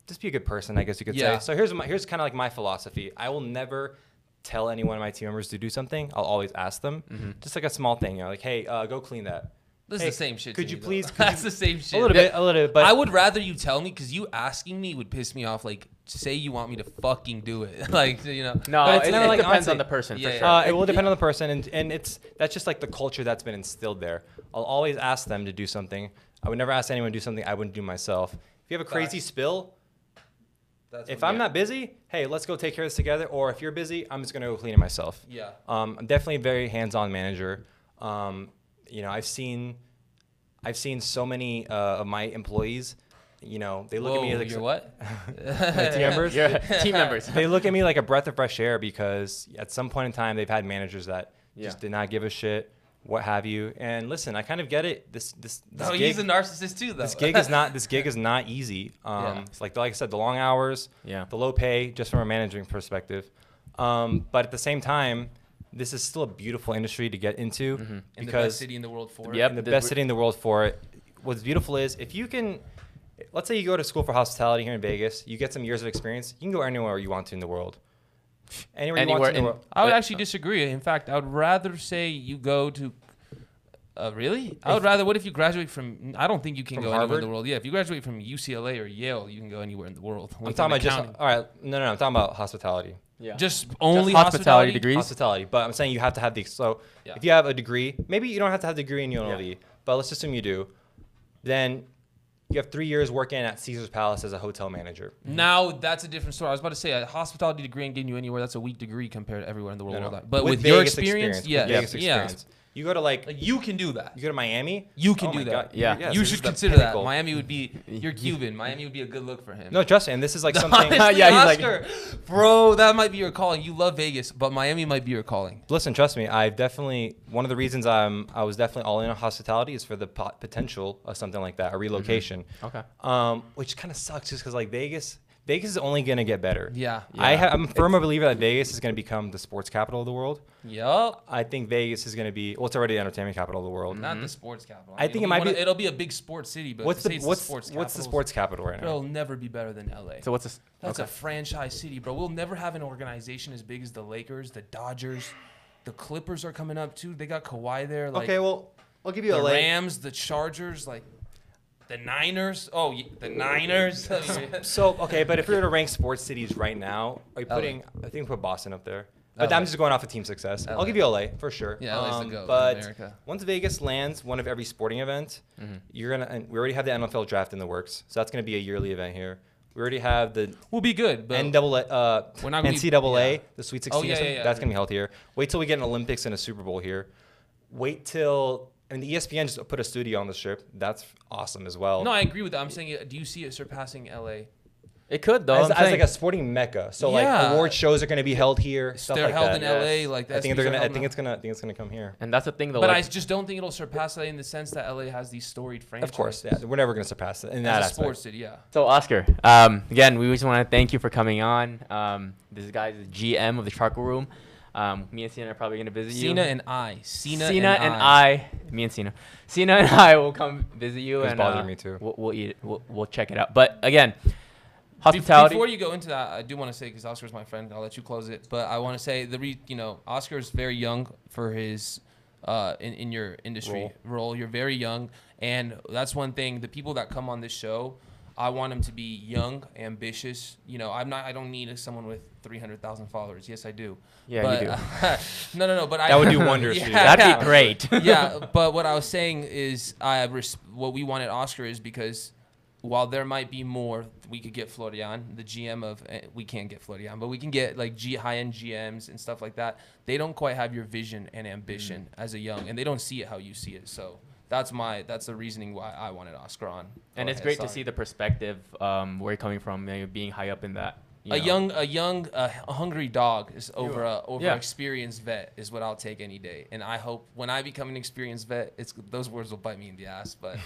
S2: just be a good person I guess you could
S1: Yeah.
S2: say. So here's my here's kind of like my philosophy. I will never tell
S1: Mm-hmm.
S2: any one of my team members to do something. I'll always ask them, just like a small thing, you know, like hey, uh, go clean that.
S1: This
S2: Hey,
S1: is the same shit. to
S2: could
S1: me,
S2: you
S1: though.
S2: please- could
S1: That's
S2: you-
S1: the same shit.
S2: A little bit, a little bit, but
S1: I would rather you tell me because you asking me would piss me off. Like, say you want me to fucking do it. like, you know.
S3: No,
S2: But
S3: it,
S2: it's kinda
S3: it
S2: like
S3: depends
S2: Anzi.
S3: on the person
S1: Yeah,
S3: for
S1: yeah.
S3: sure.
S2: Uh, it will depend on the person, and, and it's that's just like the culture that's been instilled there. I'll always ask them to do something. I would never ask anyone to do something I wouldn't do myself. If you have a crazy
S1: Facts.
S2: spill,
S1: That's
S2: if
S1: what-
S2: I'm
S1: yeah.
S2: not busy, hey, let's go take care of this together. Or if you're busy, I'm just gonna go clean it myself.
S1: Yeah.
S2: Um, I'm definitely a very hands-on manager. Um, you know, I've seen, I've seen so many uh, of my employees. You know, they look
S1: Whoa,
S2: at me as
S1: you're what?
S2: team members.
S3: Yeah, team members.
S2: they look at me like a breath of fresh air because at some point in time they've had managers that just
S3: Yeah.
S2: did not give a shit, what have you. And listen, I kind of get it. This this this
S1: No,
S2: gig,
S1: he's a narcissist too, though.
S2: this gig is not this gig is not easy. Um,
S1: Yeah.
S2: it's like like I said, the long hours,
S3: Yeah.
S2: the low pay, just from a managing perspective. Um, but at the same time, this is still a beautiful industry to get into
S1: Mm-hmm. in the
S2: because
S1: best city in the world for it.
S3: Yep.
S2: and the
S3: the-
S2: best city in the world for it. What's beautiful is if you can, let's say you go to school for hospitality here in Vegas, you get some years of experience, you can go anywhere you want to in the world. Anywhere, you want
S3: Anywhere
S2: to in
S3: in-
S2: the world.
S1: I would
S3: But-
S1: actually disagree. In fact, I would rather say you go to. Uh, really? I would rather. What if you graduate from? I don't think you can
S2: From
S1: go anywhere in the
S2: Harvard?
S1: world. Yeah, if you graduate from UCLA or Yale, you can go anywhere in the world.
S2: I'm
S1: with an
S2: talking about just,
S1: accounting.
S2: all right, no, no, no, I'm talking about hospitality.
S3: yeah.
S1: just only
S3: hospitality
S1: hospitality,
S3: degree. Degrees?
S2: Hospitality, but I'm saying you have to have the, so
S1: Yeah.
S2: if you have a degree, maybe you don't have to have a degree in UNLV,
S3: Yeah.
S2: but let's assume you do, then you have three years working at Caesar's Palace as a hotel manager.
S1: Mm-hmm. Now that's a different story. I was about to say a hospitality degree and getting you anywhere. That's a weak degree compared to everywhere in the world.
S2: No, no.
S1: But with, your
S2: Vegas
S1: experience,
S2: with
S1: yes,
S2: Vegas
S1: yeah,
S2: experience. You go to like,
S1: Like, you can do that.
S2: you go to Miami,
S1: You can
S2: Oh
S1: do
S2: my
S1: that.
S2: God,
S3: Yeah.
S2: yes,
S1: you
S2: this is
S1: should
S2: the
S1: consider
S2: pinnacle.
S1: that. Miami would be. You're Cuban. Miami would be a good look for him.
S2: No, trust me, and this is like something.
S1: Honestly,
S3: Yeah, he's like-
S1: Oscar, bro, that might be your calling. You love Vegas, but Miami might be your calling.
S2: Listen, trust me. I've definitely one of the reasons I'm I was definitely all in on hospitality is for the pot potential of something like
S1: Mm-hmm.
S2: that, a relocation.
S3: Okay.
S2: Um, which kind of sucks just because like Vegas, Vegas is only gonna get better.
S1: Yeah.
S2: I
S3: Yeah.
S2: ha- I'm a firm believer that Vegas is gonna become the sports capital of the world.
S1: Yup.
S2: I think Vegas is gonna be well, it's already the entertainment capital of the world.
S1: Not the sports capital.
S2: I think
S1: it'll
S2: it might
S1: one of-
S2: be-
S1: It'll be a big sports city, but
S2: What's
S1: to Mm-hmm. say
S2: the
S1: it's
S2: what's
S1: sports
S2: what's
S1: capital
S2: the
S1: is-
S2: sports capital right
S1: Bro,
S2: now?
S1: it'll never be better than LA.
S3: So what's this?
S1: That's a franchise city, bro. We'll never have an organization as big as the Lakers, the Dodgers, the Clippers are coming up too. They got Kawhi there. Like,
S2: okay, well, I'll give you
S1: the
S2: a lay.
S1: Rams, the Chargers, like the Niners. Oh, y- the Niners.
S2: So okay, but if we were to rank sports cities right now, are you
S1: LA.
S2: putting? I think put Boston up there. But
S1: LA.
S2: I'm just going off of team success.
S1: LA.
S2: I'll give you LA for sure. Um,
S1: Yeah, LA's the goat in
S2: But
S1: America. Mm-hmm.
S2: once Vegas lands one of every sporting event, you're gonna. And we already have the NFL draft in the works, so that's gonna be a yearly event here. We already have the
S1: we'll be good, but
S2: NAA, uh,
S1: We're not gonna be-
S2: NCAA,
S1: yeah.
S2: the Sweet
S1: Oh,
S2: 16.
S1: yeah,
S2: or something.
S1: yeah, yeah.
S2: That's gonna be healthier. Wait till we get an Olympics and a Super Bowl here. Wait till and E the ESPN just put a studio on the strip. That's awesome as well.
S1: no, I agree with that. I'm saying, uh, do you see it surpassing LA?
S3: It could though.
S2: as,
S3: I'm
S2: as
S3: saying.
S2: like a sporting mecca. So
S1: Yeah.
S2: like award shows are going to be held here. Stuff
S1: they're
S2: like
S1: held
S2: that.
S1: in
S3: yes.
S1: LA. Like the
S2: I think they're
S1: SBs are
S2: gonna. I
S1: held in
S2: think
S1: LA.
S2: it's gonna. I think it's gonna come here.
S3: and that's the thing though.
S1: But I
S3: like,
S1: just don't think it'll surpass LA in the sense that LA has these storied franchises.
S2: Of course, yeah. We're never gonna surpass it in that
S1: As a
S2: aspect.
S1: sports city, yeah.
S3: so Oscar, um, again, we just want to thank you for coming on. Um, this guy is the GM of the Charcoal Room. Um, me and Cena are probably gonna visit you.
S1: Cena and I. Cena,
S3: Cena
S1: and, I.
S3: I. me and Cena, Cena and I will come visit you
S2: It was
S3: and
S2: bothering
S3: uh,
S2: me too.
S3: We'll, we'll eat it. We'll, we'll check it out. But again,
S1: Be-
S3: hospitality.
S1: Before you go into that, I do want to say because Oscar's my friend, I'll let you close it. But I want to say the re, you know Oscar's very young for his uh, in in your industry role. You're very young, and that's one thing. The people that come on this show, I want them to be young, ambitious. You know, I'm not. I don't need someone with 300,000 followers. Yes, I do.
S3: Yeah,
S1: but, uh,
S3: you
S1: no, no, no. But I
S2: That would do wonders for you.
S3: That'd be great.
S1: yeah, but what I was saying is, I res- what we wanted Oscar is because while there might be more, we could get Florian, the GM of eh, we can't get Florian, but we can get like G high end GMs and stuff like that. They don't quite have your vision and ambition as a young, and they don't see it how you see it. So that's my that's the reasoning why I wanted Oscar on.
S3: and
S1: Go
S3: it's
S1: ahead,
S3: great
S1: sorry.
S3: to see the perspective um, where you're coming from, you know, being high up in that. you
S1: a
S3: know.
S1: young a young uh, a hungry dog is over a over
S3: Yeah.
S1: an experienced vet is what I'll take any day. And I hope when I become an experienced vet, it's those words will bite me in the ass, but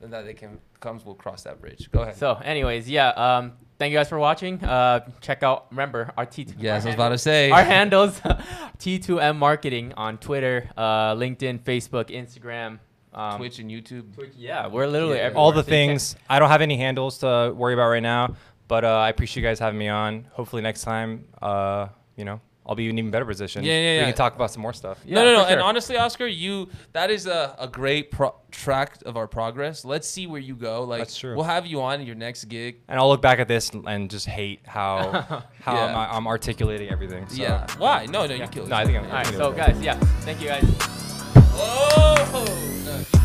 S1: then that they can comes we'll cross that bridge. Go ahead.
S3: So, anyways, yeah. Um, thank you guys for watching. Uh, check out. Remember our T.
S1: yes, I
S3: our
S1: was about to say.
S3: Our handles, T2M Marketing on Twitter, uh, LinkedIn, Facebook, Instagram, um,
S1: Twitch and YouTube.
S3: Twitch, Yeah, we're literally
S1: Yeah.
S3: everywhere.
S2: All the
S3: So you can't-
S2: things. I don't have any handles to worry about right now, but uh, I appreciate you guys having me on. Hopefully next time, uh, you know, I'll be in an even better position.
S1: Yeah, yeah,
S2: We
S1: yeah.
S2: can talk about some more stuff.
S3: Yeah,
S1: no, no,
S3: for
S1: no. And
S3: sure.
S1: honestly, Oscar, you that is a, a great pro- track of our progress. Let's see where you go. Like
S2: That's true.
S1: we'll have you on your next gig.
S2: And I'll look back at this and- and just hate how how
S1: Yeah.
S2: I'm, I'm articulating everything. So.
S1: Yeah. Why? No, no, you
S3: Yeah.
S1: killed
S2: No, I
S1: it.
S2: think I'm.
S3: All right,
S2: I'm
S3: so
S2: good.
S3: guys, yeah, thank you guys.
S1: Whoa. No.